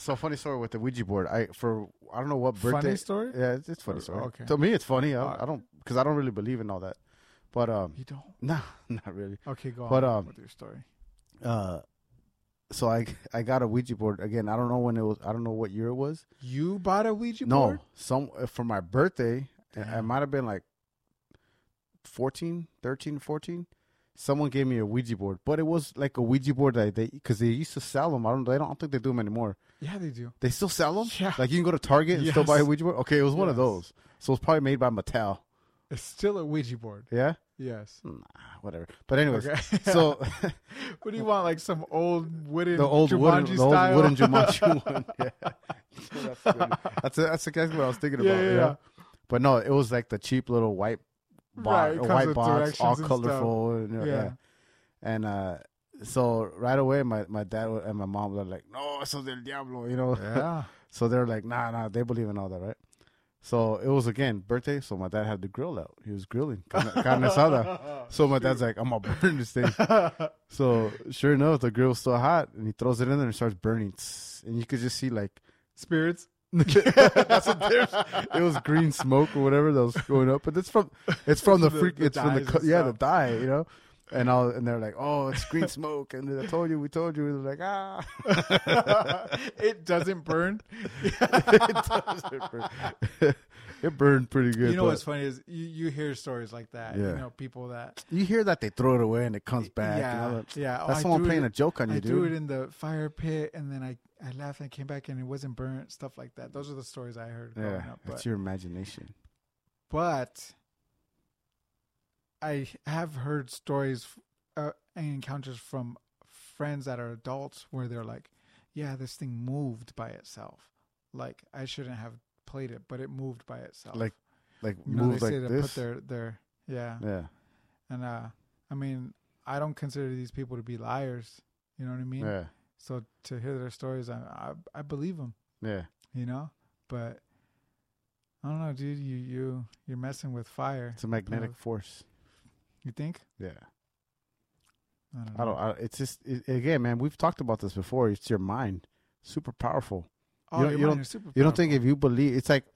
So funny story with the Ouija board. I for I don't know what birthday. Funny story? Oh, Yeah, it's, it's funny story. okay. To me, it's funny. I, Alright. I don't because I don't really believe in all that. But um, You don't. no, not really. Okay, go But, on um, with your story. Uh, so I I got a Ouija board again. I don't know when it was. I don't know what year it was. You bought a Ouija No, board? some uh, for my birthday. I I Damn. might have been like 14, 13, 14. Someone gave me a Ouija board, but it was like a Ouija board that they because they used to sell them. I don't. They don't I don't think they do them anymore. Yeah, they do. They still sell them. Yeah. Like you can go to Target and still buy a Yes. Ouija board. Okay, it was one of Yes. those. So it's probably made by Mattel. It's still a Ouija board. Yeah. Yes. Nah, whatever. But anyways, Okay. so What do you want? Like some old wooden the old Jumanji wooden, the style? old wooden Jumanji one. Yeah. that's, good. that's that's exactly what I was thinking Yeah, about. yeah, Yeah, yeah. But no, it was like the cheap little white Right, box, it a comes white with box, all directions and stuff. colorful. And, yeah. Yeah. And uh, so right away, my my dad and my mom were like, "No, eso del diablo," you know. Yeah. So they're like, nah, nah, they believe in all that, right? So it was again birthday, so my dad had the grill out. He was grilling carne carne asada. So my dad's like, I'm gonna burn this thing. so sure enough, the grill's still hot, and he throws it in there and starts burning. Tss, And you could just see like Spirits. that's what there's. It was green smoke or whatever that was going up, but it's from it's from the, The- freak. the it's from the dyes co- and yeah the stuff. dye, you know. And all and they're like, oh, it's green smoke, and I told you, we told you. And they're like, ah. it doesn't burn. it, does, it, burned. It burned pretty good. you know but what's funny is you, you hear stories like that. You Yeah. know, people that you hear that they throw it away and it comes back. Yeah, you know, that- yeah. Oh, that's I someone threw it playing in- a joke on you, I dude. threw it in the fire pit and then I, I laughed and came back and it wasn't burnt, stuff like that. Those are the stories I heard growing yeah, up. But, that's your imagination. but I have heard stories uh, and encounters from friends that are adults where they're like, yeah, this thing moved by itself. Like, I shouldn't have played it, but it moved by itself. Like, like you know, moves they say like to this. put their, their yeah. yeah, And uh, I mean, I don't consider these people to be liars. You know what I mean? yeah, So to hear their stories, I I, I believe them. yeah. You know, but I don't know, dude. You you you're messing with fire. It's a magnetic Uh-huh. force. You think? Yeah, I don't. I don't. I, it's just it, again, man. We've talked about this before. It's your mind, super powerful. Oh, you don't- your you mind don't- is super You don't think powerful. if you believe it's like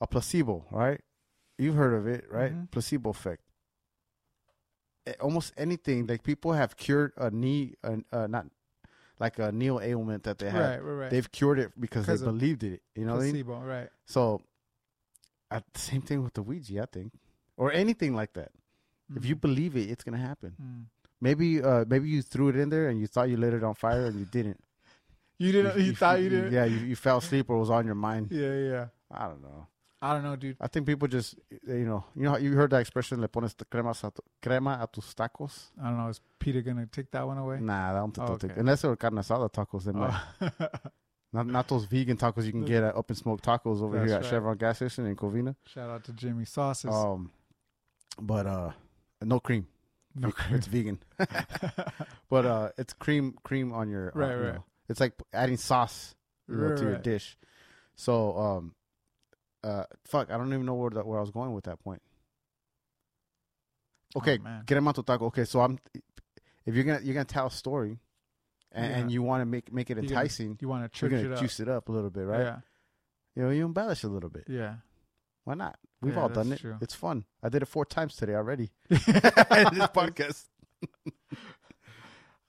a placebo, right? You've heard of it, right? Mhm. Placebo effect. Eh, Almost anything like people have cured a knee, uh, uh, not like a knee ailment that they had. Right, right, right. They've cured it because they 'Cause of believed it. You know what I mean? placebo, right? So, uh, same thing with the Ouija, I think, or anything like that. Mm-hmm. If you believe it, it's gonna happen. Mm. Maybe, uh, maybe you threw it in there and you thought you lit it on fire and you didn't. You didn't. You, thought you didn't. Yeah, you, you fell asleep or it was on your mind. Yeah, yeah. I don't know. I don't know, dude. I think people just, you know, you know, how you heard that expression, le pones t- cremas a tu, crema a tus tacos. I don't know. Is Peter gonna take that one away? Nah, I don't think Oh, they'll take okay. Unless they're carne asada tacos, they might. Oh. Not, not those vegan tacos you can get at Up and Smoke Tacos over That's here at right. Chevron gas station in Covina. Shout out to Jimmy Sauces. Um, but uh, no cream. no, Ve- It's vegan. but uh, it's cream, cream on your. uh, Right, you right. know, it's like adding sauce you know, Right, to your right. dish. So, um, uh, fuck, I don't even know where that, where I was going with that point. Oh, Okay, man. get him out to taco. Okay, so I'm if you're gonna you're gonna tell a story, and, and Yeah. you want to make make it You gonna enticing, you want to you're church gonna it up, juice it up a little bit, right? Yeah, You know, you embellish a little bit. yeah. Why not? We've Yeah, all done it. that's true. It's fun. I did it four times today already. in this podcast.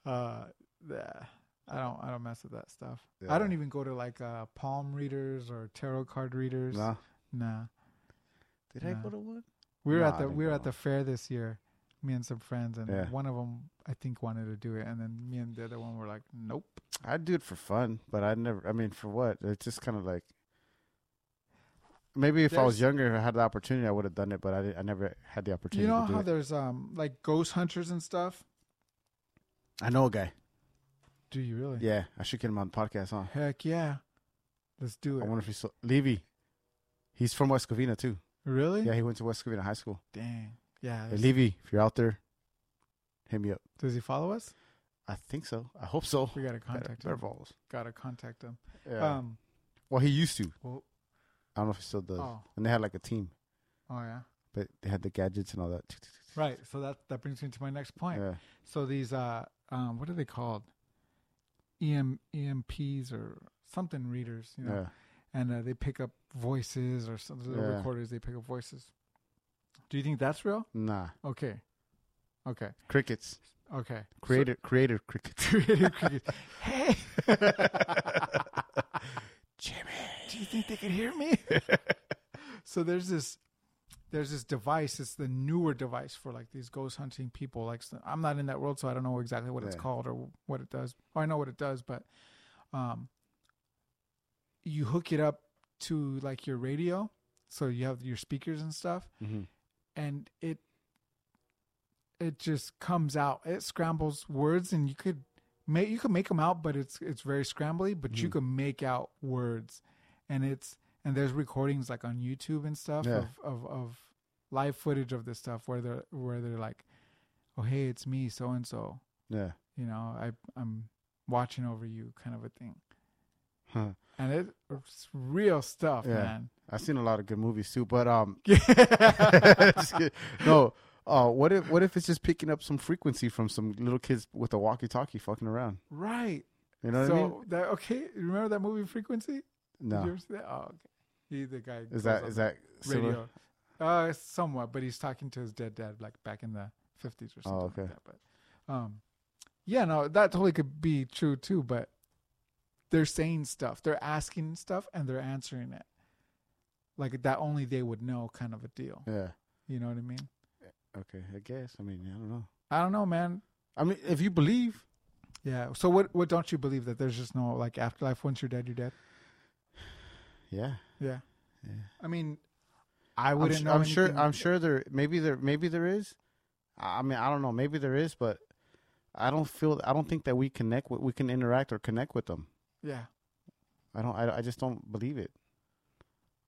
uh yeah. i don't i don't mess with that stuff i don't Yeah. even go to like uh palm readers or tarot card readers Nah. Nah. Did I Nah. go to one? we were Nah, I at the didn't we were go. at the fair this year me and some friends and Yeah. one of them i think wanted to do it and then me and the other one were like nope I do it for fun, but I never. I mean, for what? It's just kind of like maybe if I was There's- younger and I had the opportunity, I would have done it, but I, didn't- I never had the you opportunity. know to do how it. there's um like ghost hunters and stuff I know a guy. do you really Yeah, I should get him on the podcast. Huh? heck yeah let's do I it wonder if he's so, Levy. He's from West Covina too. really Yeah, he went to West Covina High School. dang yeah Hey, there's- Levy, if you're out there, hit me up. does he follow us I think so. I hope so. we gotta Better, contact better him balls. gotta contact him Yeah. um well, he used to. well, I don't know if he still does. Oh. And they had like a team, oh yeah but they had the gadgets and all that. right so that that brings me to my next point Yeah. E So these uh um what are they called? EM EMPs or something readers, you know, Yeah. and uh, they pick up voices or some little Yeah. recorders. They pick up voices. Do you think that's real? Nah. Okay, okay, Crickets. okay. Creator. creator crickets. Creative cricket. hey, Jimmy. do you think they can hear me? so there's this there's this device. It's the newer device for like these ghost hunting people. Like so- I'm not in that world, so I don't know exactly what it's Yeah. called or what it does. Or I know what it does, but um, you hook it up to like your radio, so you have your speakers and stuff, Mhm. and it it just comes out. It scrambles words, and you could make you could make them out, but it's it's very scrambly. But Mm. you can make out words, and it's and there's recordings like on YouTube and stuff Yeah. of, of of live footage of this stuff where they're where they're like, oh hey, it's me, so and so. Yeah. You know, I I'm watching over you, kind of a thing. Huh. And it, it's real stuff, Yeah. man. I've seen a lot of good movies too, but um, no. Uh, what if what if it's just picking up some frequency from some little kids with a walkie-talkie fucking around? Right. You know what so I mean? that okay, remember that movie Frequency? Did you No. ever see that? Oh, okay. He, the guy. Is goes that on is that the similar? radio? Uh, somewhat, but he's talking to his dead dad, like back in the fifties or something Oh, okay. like that. But, um, yeah, no, that totally could be true too. But they're saying stuff, they're asking stuff, and they're answering it, like that only they would know, kind of a deal. Yeah. You know what I mean? Okay. I guess. I mean, I don't know. I don't know, man. I mean, if you believe, Yeah. So what? What don't you believe that there's just no like afterlife? Once you're dead, you're dead. yeah. Yeah. I mean, I I'm, wouldn't su- know. I'm sure. anything- I'm sure there. Maybe there. Maybe there is. I I mean, I don't know. Maybe there is, but I don't feel. I don't think that we connect. With, we can interact or connect with them. Yeah. I don't. I, I just don't believe it.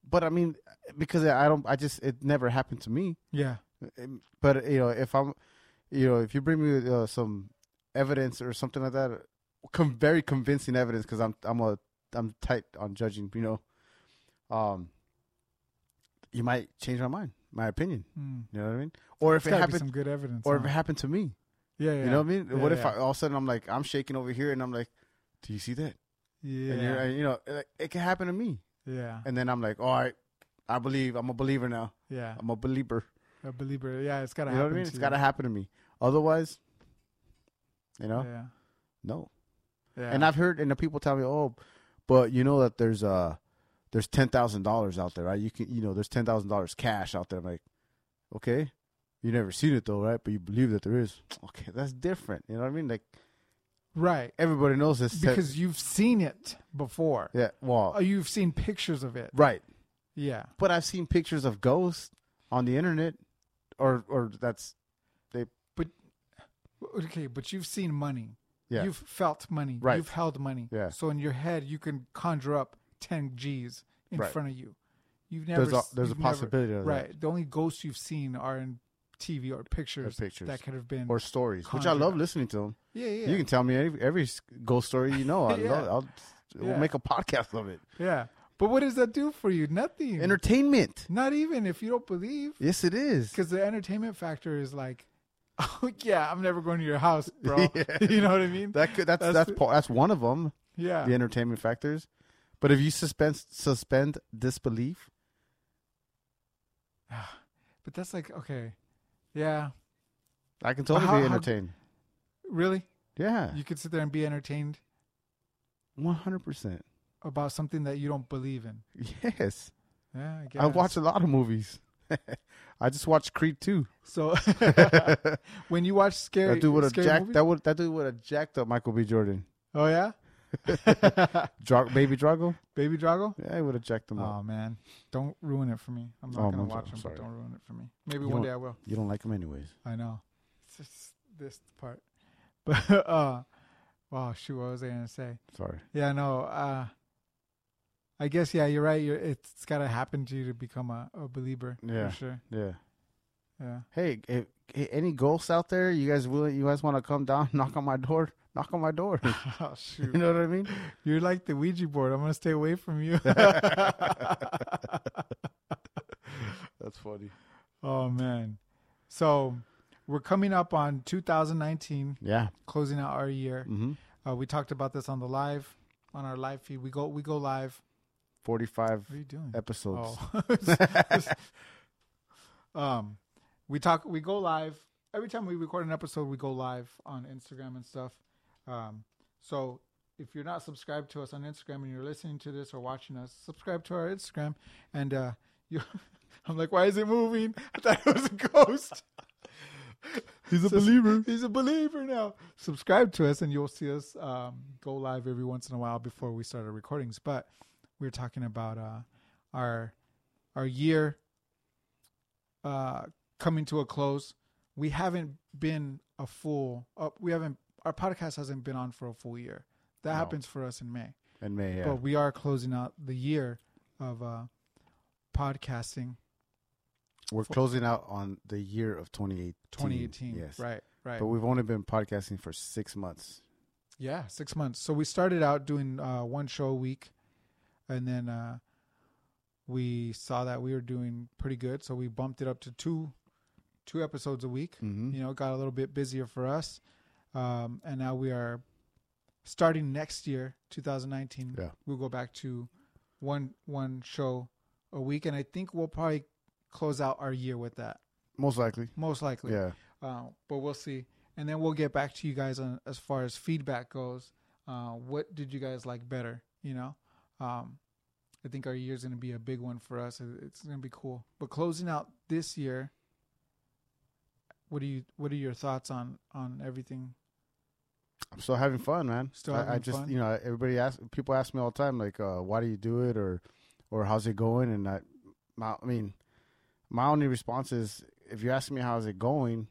But I mean, because I don't. I just. It never happened to me. Yeah. Um, But you know, if I'm, you know, if you bring me uh, some evidence or something like that, com- very convincing evidence, because I'm I'm a I'm tight on judging. You know, um, you might change my mind, my opinion. Mm. You know what I mean? Or if It's it gotta be happened, some good evidence. or if huh? it happened to me. yeah, yeah. You know what I mean? Yeah, what if yeah. I, all of a sudden I'm like I'm shaking over here and I'm like, do you see that? Yeah. And you're, and, you know, like, it can happen to me. yeah. And then I'm like, all right, I believe. I'm a believer now. Yeah. I'm a believer. A believer. Yeah, it's gotta You know what happen. I mean? to It's you. got to happen to me. Otherwise, you know, Yeah. no. Yeah. And I've heard, and the people tell me, oh, but you know that there's uh there's ten thousand dollars out there, right? You can, you know, there's ten thousand dollars cash out there. I'm like, okay, you never seen it though, right? But you believe that there is. Okay, that's different. You know what I mean? Like right. everybody knows this te- Because you've seen it before. yeah, well, Oh, you've seen pictures of it. right. Yeah. But I've seen pictures of ghosts on the internet, or or that's Okay, but you've seen money. yeah, You've felt money. Right. You've held money. Yeah. So in your head, you can conjure up ten G's in Right. front of you. You've never. There's a- s- there's a you've never- possibility of that. right. The only ghosts you've seen are in TV or pictures, pictures. that could have been. or stories, which I Conjured love up. listening to them. yeah, yeah. You can tell me every, every s- ghost story you know. I Yeah. love, I'll we'll Yeah. make a podcast of it. Yeah. But what does that do for you? Nothing. Entertainment. Not even if you don't believe. Yes, it is. Because the entertainment factor is like, oh, yeah, I'm never going to your house, bro. you know what I mean? That could, that's that's that's, the- pa- that's one of them. yeah. The entertainment factors. But if you suspend suspend disbelief, But that's like, okay. Yeah. I can totally How- be how- entertained. Really? yeah, You could sit there and be entertained one hundred percent. about something that you don't believe in. Yes, Yeah, I guess. I watch a lot of movies. I just watched Creed too. So when you watch scary, That dude would have scary jacked. movies- That would that dude would have jacked up Michael B. Jordan. oh, yeah? Dra- Baby Drago. Baby Drago? Yeah, he would have jacked him up. Oh, man. Don't ruin it for me. I'm not Oh, going I'm to so- watch I'm them, sorry. but don't ruin it for me. Maybe You one don't- day I will. You don't like him anyways. I know. It's just this part. But uh wow, shoot, what was I gonna say? Sorry. Yeah, no, uh I guess yeah, you're right. You're, it's gotta happen to you to become a, a believer Yeah. for sure. Yeah. Yeah. Hey, if, hey, any ghosts out there? You guys willing? You guys want to come down, knock on my door, knock on my door? Oh you shoot. know what I mean? You're like the Ouija board. I'm gonna stay away from you. That's funny. oh man. So we're coming up on 2019, Yeah. closing out our year. Mm-hmm. Uh, we talked about this on the live. on our live feed. We go we go live. Forty-five What are you doing? episodes. Oh. um, we talk. We go live every time we record an episode. We go live on Instagram and stuff. Um, so if you're not subscribed to us on Instagram and you're listening to this or watching us, subscribe to our Instagram. And uh, you, I'm like, why is it moving? I thought it was a ghost. He's a Sus- believer. He's a believer now. Subscribe to us, and you'll see us um, go live every once in a while before we start our recordings. But we were talking about uh, our our year uh, coming to a close. We haven't been a full up. We haven't. Our podcast hasn't been on for a full year. That No. happens for us in May, And May, yeah. but we are closing out the year of uh, podcasting We're closing out on the year of 2018. 2018. Yes. Right. Right. But we've only been podcasting for six months. Yeah, six months. So we started out doing uh, one show a week, and then uh, we saw that we were doing pretty good, so we bumped it up to two, two episodes a week. Mhm. You know, it got a little bit busier for us, um, and now we are starting next year, 2019. Yeah. We'll go back to one one show a week, and I think we'll probably close out our year with that, Most likely. most likely. Yeah. Uh, but we'll see. And then we'll get back to you guys on as far as feedback goes. Uh, what did you guys like better? You know, um, I think our year's going to be a big one for us. It- It's going to be cool. But closing out this year, what do you? What are your thoughts on on everything? I'm still having fun, man. Still I, I having just, fun? you know, everybody ask people ask me all the time, like, uh, why do you do it, or, or how's it going? And I, my, I mean, my only response is, if you ask me how's it going,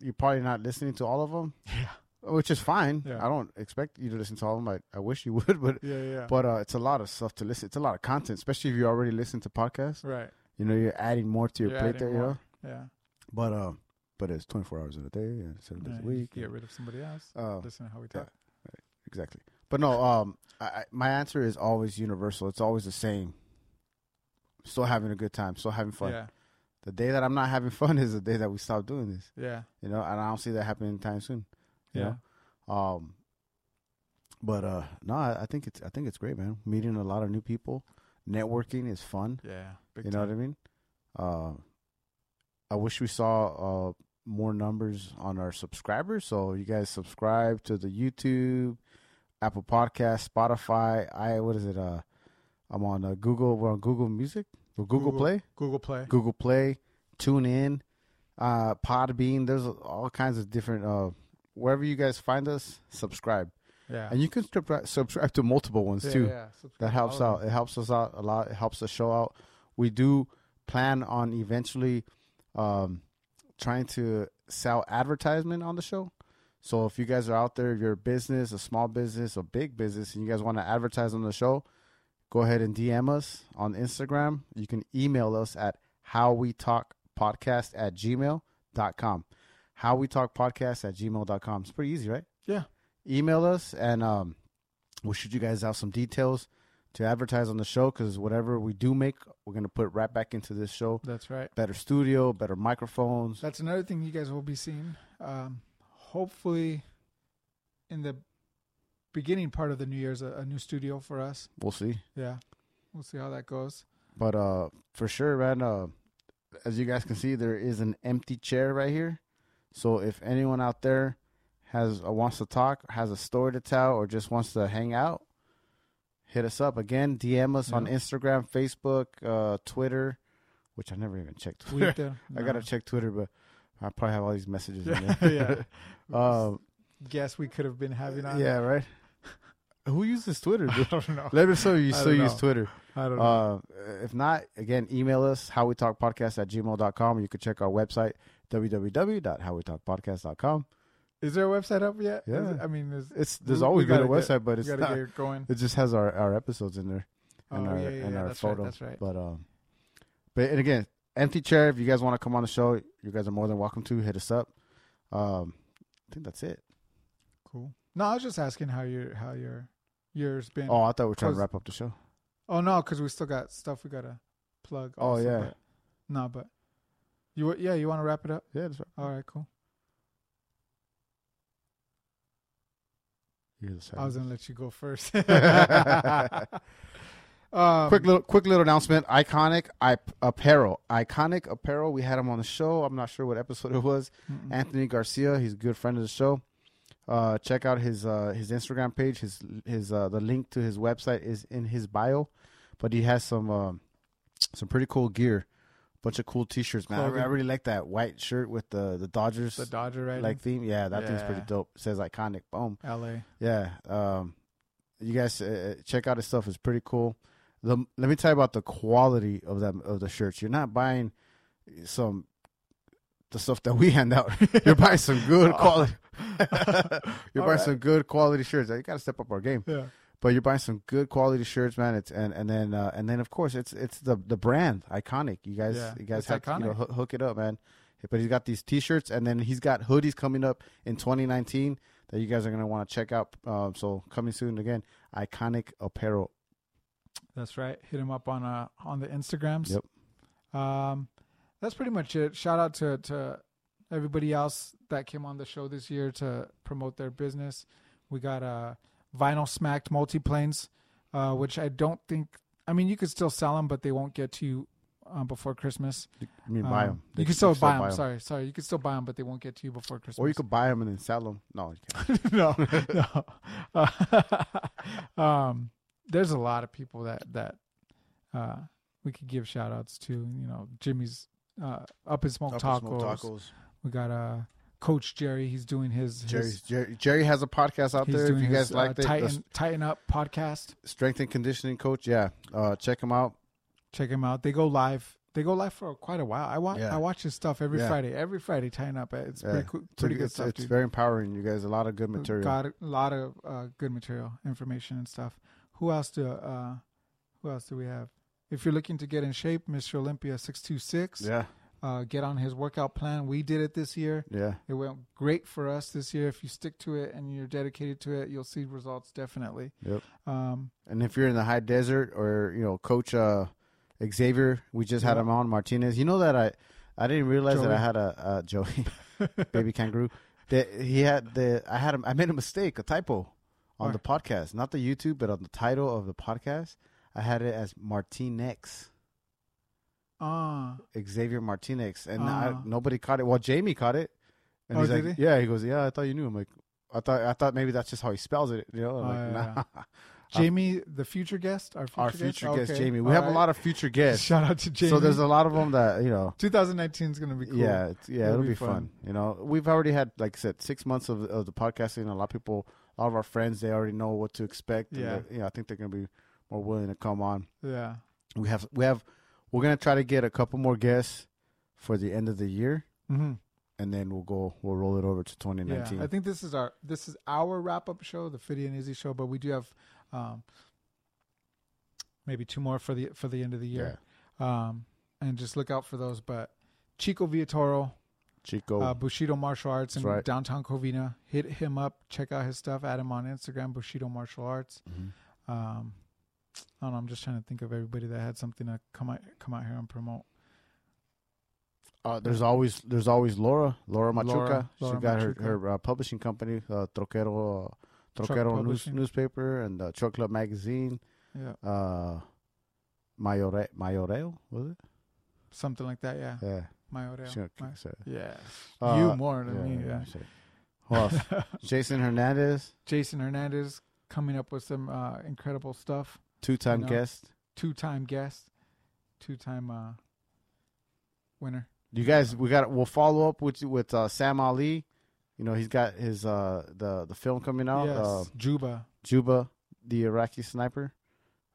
you're probably not listening to all of them, Yeah, which is fine. Yeah. I don't expect you to listen to all of them. I, I wish you would, but, yeah, yeah. but uh, it's a lot of stuff to listen. It's a lot of content, especially if you already listen to podcasts. right. You know, you're adding more to your You're plate adding there. You know, more. Yeah. but um, but it's 24 hours in a day and seven days Yeah, a you week. could Get rid of somebody else. Uh, Listen to how we talk. exactly. But no, um, I, I, my answer is always universal. It's always the same. Still having a good time. Still having fun. Yeah, The day that I'm not having fun is the day that we stop doing this. yeah, You know, and I don't see that happening anytime soon. You yeah. Know? Um. But uh, no, I, I think it's I think it's great, man. Meeting a lot of new people, networking is fun. Yeah, big you know what I mean? Uh, I wish we saw uh, more numbers on our subscribers. So you guys subscribe to the YouTube, Apple Podcast, Spotify. I what is it? Uh, I'm on uh, Google. We're on Google Music, or Google, Google. Play, Google Play. Google Play. Tune in, uh, Podbean. There's all kinds of different. Uh, wherever you guys find us, subscribe, Yeah, and you can subscribe subscribe to multiple ones yeah, too yeah. that Subscribe to helps all out. of It helps us out a lot. It helps the show out. We do plan on eventually um, trying to sell advertisement on the show. So if you guys are out there, if you're a business, a small business, a big business, and you guys want to advertise on the show, go ahead and DM us on Instagram. You can email us at how we talk podcast at gmail.com. How we talk podcast at gmail.com. It's pretty easy, right? Yeah. Email us and um, we'll shoot you guys out some details to advertise on the show because whatever we do make, we're going to put right back into this show. That's right. Better studio, better microphones. That's another thing you guys will be seeing. Um, hopefully, in the beginning part of the new year's, a, a new studio for us. We'll see. Yeah, we'll see how that goes. But uh, for sure, man, uh, as you guys can see, there is an empty chair right here. So if anyone out there has uh, wants to talk, has a story to tell, or just wants to hang out, hit us up again. DM us on Yeah. Instagram, Facebook, uh, Twitter, which I never even checked. Twitter. Tweet them. I gotta check Twitter, but I probably have all these messages. Yeah, in there. um, guess we could have been having on. yeah, right. Who uses Twitter? I dude? don't know. Let us know you I still don't use know. Twitter. I don't know. Uh, if not, again, email us how we talk podcast at gmail.com. You can check our website www.howwetalkpodcast.com. is there a website up yet? Is yeah. it- I mean, is, It's there's We- we always been a gotta website, get- but we it's gotta not. get it going. It just has our, our episodes in there and Oh, our yeah, yeah, and yeah, our that's right, photo. that's right. But um, but and again, empty chair. If you guys want to come on the show, you guys are more than welcome to hit us up. Um, I think that's it. Cool. No, I was just asking how your how your year's been. Oh, Oh, I thought we were trying to Cause- wrap up the show. no, because we still got stuff we gotta plug. Oh, also, yeah. but- no, but you wa- yeah you want to wrap it up? Yeah, that's right. All right, cool. You're the I was silence. gonna let you go first. Um, quick little quick little announcement. Iconic I, apparel. Iconic apparel. We had him on the show. I'm not sure what episode it was. Anthony Garcia. He's a good friend of the show. Uh, check out his uh, his Instagram page. His his uh, the link to his website is in his bio, but he has some um, some pretty cool gear. Bunch of cool T-shirts, man. I, I Clothing. really like that white shirt with the the Dodgers the Dodger right like theme. Yeah, that thing's pretty Yeah. dope. It says iconic. Boom. LA. Yeah. Um, you guys uh, uh, check out his stuff. It's pretty cool. The, let me tell you about the quality of them of the shirts. You're not buying some the stuff that we hand out. You're buying some good quality. you're buying Alright. some good quality shirts. You got to step up our game. Yeah. But you're buying some good quality shirts, man. It's and and then uh, and then of course it's it's the the brand iconic. You guys Yeah, you guys it's have to, you know, iconic. hoo- hook it up, man. But he's got these T-shirts, and then he's got hoodies coming up in 2019 that you guys are gonna want to check out. Um, so coming soon again, iconic apparel. That's right. Hit him up on uh on the Instagrams. Yep. Um, that's pretty much it. Shout out to to everybody else that came on the show this year to promote their business. We got uh vinyl smacked multiplanes, uh, which I don't think. I mean, you could still sell them, but they won't get to you uh, before Christmas. I mean, buy Um, them. You can still buy them. Sorry, sorry. You can still buy them, but they won't get to you before Christmas. Or you could buy them and then sell them. No, you can't. no, no. Uh, um, there's a lot of people that that uh, we could give shout outs to. You know, Jimmy's uh, up in smoke tacos. We got uh, Coach Jerry. He's doing his, his Jerry's, Jerry, Jerry has a podcast out he's there. If doing you guys his, uh, like that, tighten, the tighten up podcast. strength and conditioning coach, yeah, uh, check him out. Check him out. They go live. They go live for quite a while. I watch. Yeah. I watch his stuff every Yeah. Friday. Every Friday, tighten up. uh, It's Yeah. pretty, cool, It's a- pretty good it's, stuff. It's dude. very empowering, you guys. A lot of good material. Got a lot of uh, good material, information, and stuff. Who else do uh, Who else do we have? If you're looking to get in shape, Mr. Olympia six two six. Yeah, Uh, get on his workout plan. We did it this year. yeah. It went great for us this year. If you stick to it and you're dedicated to it, you'll see results definitely. Yep. Um, And if you're in the high desert, or you know, Coach uh, Xavier, we just had Yeah. him on Martinez. You know that I, I didn't realize that I Joey. had a uh, Joey, baby kangaroo. That he had the I had him. I made a mistake, a typo, on Where? the podcast, not the YouTube, but on the title of the podcast. I had it as Martinex, ah, Xavier Martinex, and I, Ah. nobody caught it. Well, Jamie caught it, and Oh, he's did like, he? "Yeah," he goes, "Yeah, I thought you knew." I'm like, "I thought I thought maybe that's just how he spells it." You know, I'm Oh, like, yeah, nah. Jamie, the future guest, our future Our guest, future guest, Okay. Jamie. We All have a right. lot of future guests. shout out to Jamie. So there's a lot of them that you know. 2019 is going to be cool. Yeah, it's, yeah, it'll, It'll be, be fun. You know, we've already had like I said six months of, of the podcasting. A lot of people, a lot of our friends, they already know what to expect. and Yeah. they- you know, I think they're gonna be more willing to come on. yeah. We have we have we're gonna try to get a couple more guests for the end of the year, Mm-hmm. and then we'll go we'll roll it over to Yeah, 2019. I think this is our this is our wrap up show, the Fiddy and Izzy show. But we do have um, maybe two more for the for the end of the year, um, and just look out for those. But Chico Viatoro, Chico, uh, Bushido Martial Arts in Oh. That's right. downtown Covina, hit him up, check out his stuff, add him on Instagram, Bushido Martial Arts. Mhm. Um, I don't know. I'm just trying to think of everybody that had something to come out come out here and promote. uh, there's always there's always Laura Laura Machuca. Laura- she Laura got Machuca. her her uh, publishing company, uh, Troquero. Uh, Troquero news, Publishing. newspaper and uh, Truck Club magazine. Yeah, uh Mayore Mayoreo, was it? something like that. Yeah, Yeah. my Oreo. she gonna My- kick us ass. yeah, Uh, you more than yeah, me. yeah, Yeah. shit. Who else? Jason Hernandez, Jason Hernandez coming up with some uh, incredible stuff. two time You know. guest. Two time guest, two time uh, winner. You guys we got we'll follow up with with uh, Sam Ali. You know, he's got his uh the the film coming out, yes, uh, Juba, Juba, the Iraqi sniper.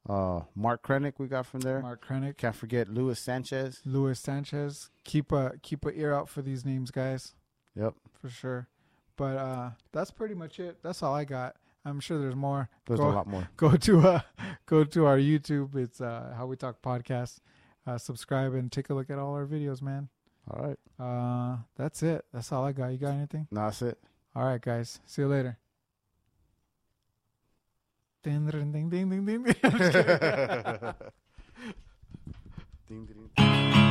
Uh Mark Krennick we got from there. Mark Krennic, Can't forget Luis Sanchez. Luis Sanchez. Keep a keep a ear out for these names, guys, Yep. for sure. But uh, that's pretty much it. That's all I got. I'm sure there's more. There's Go- a lot more. go to uh go to our YouTube. It's uh how we talk podcast. Uh, subscribe and take a look at all our videos, man. All right. Uh, that's it. That's all I got. You got anything? Now that's it. All right, guys. See you later. Ding, ding, ding, ding, ding, ding. Ding, ding.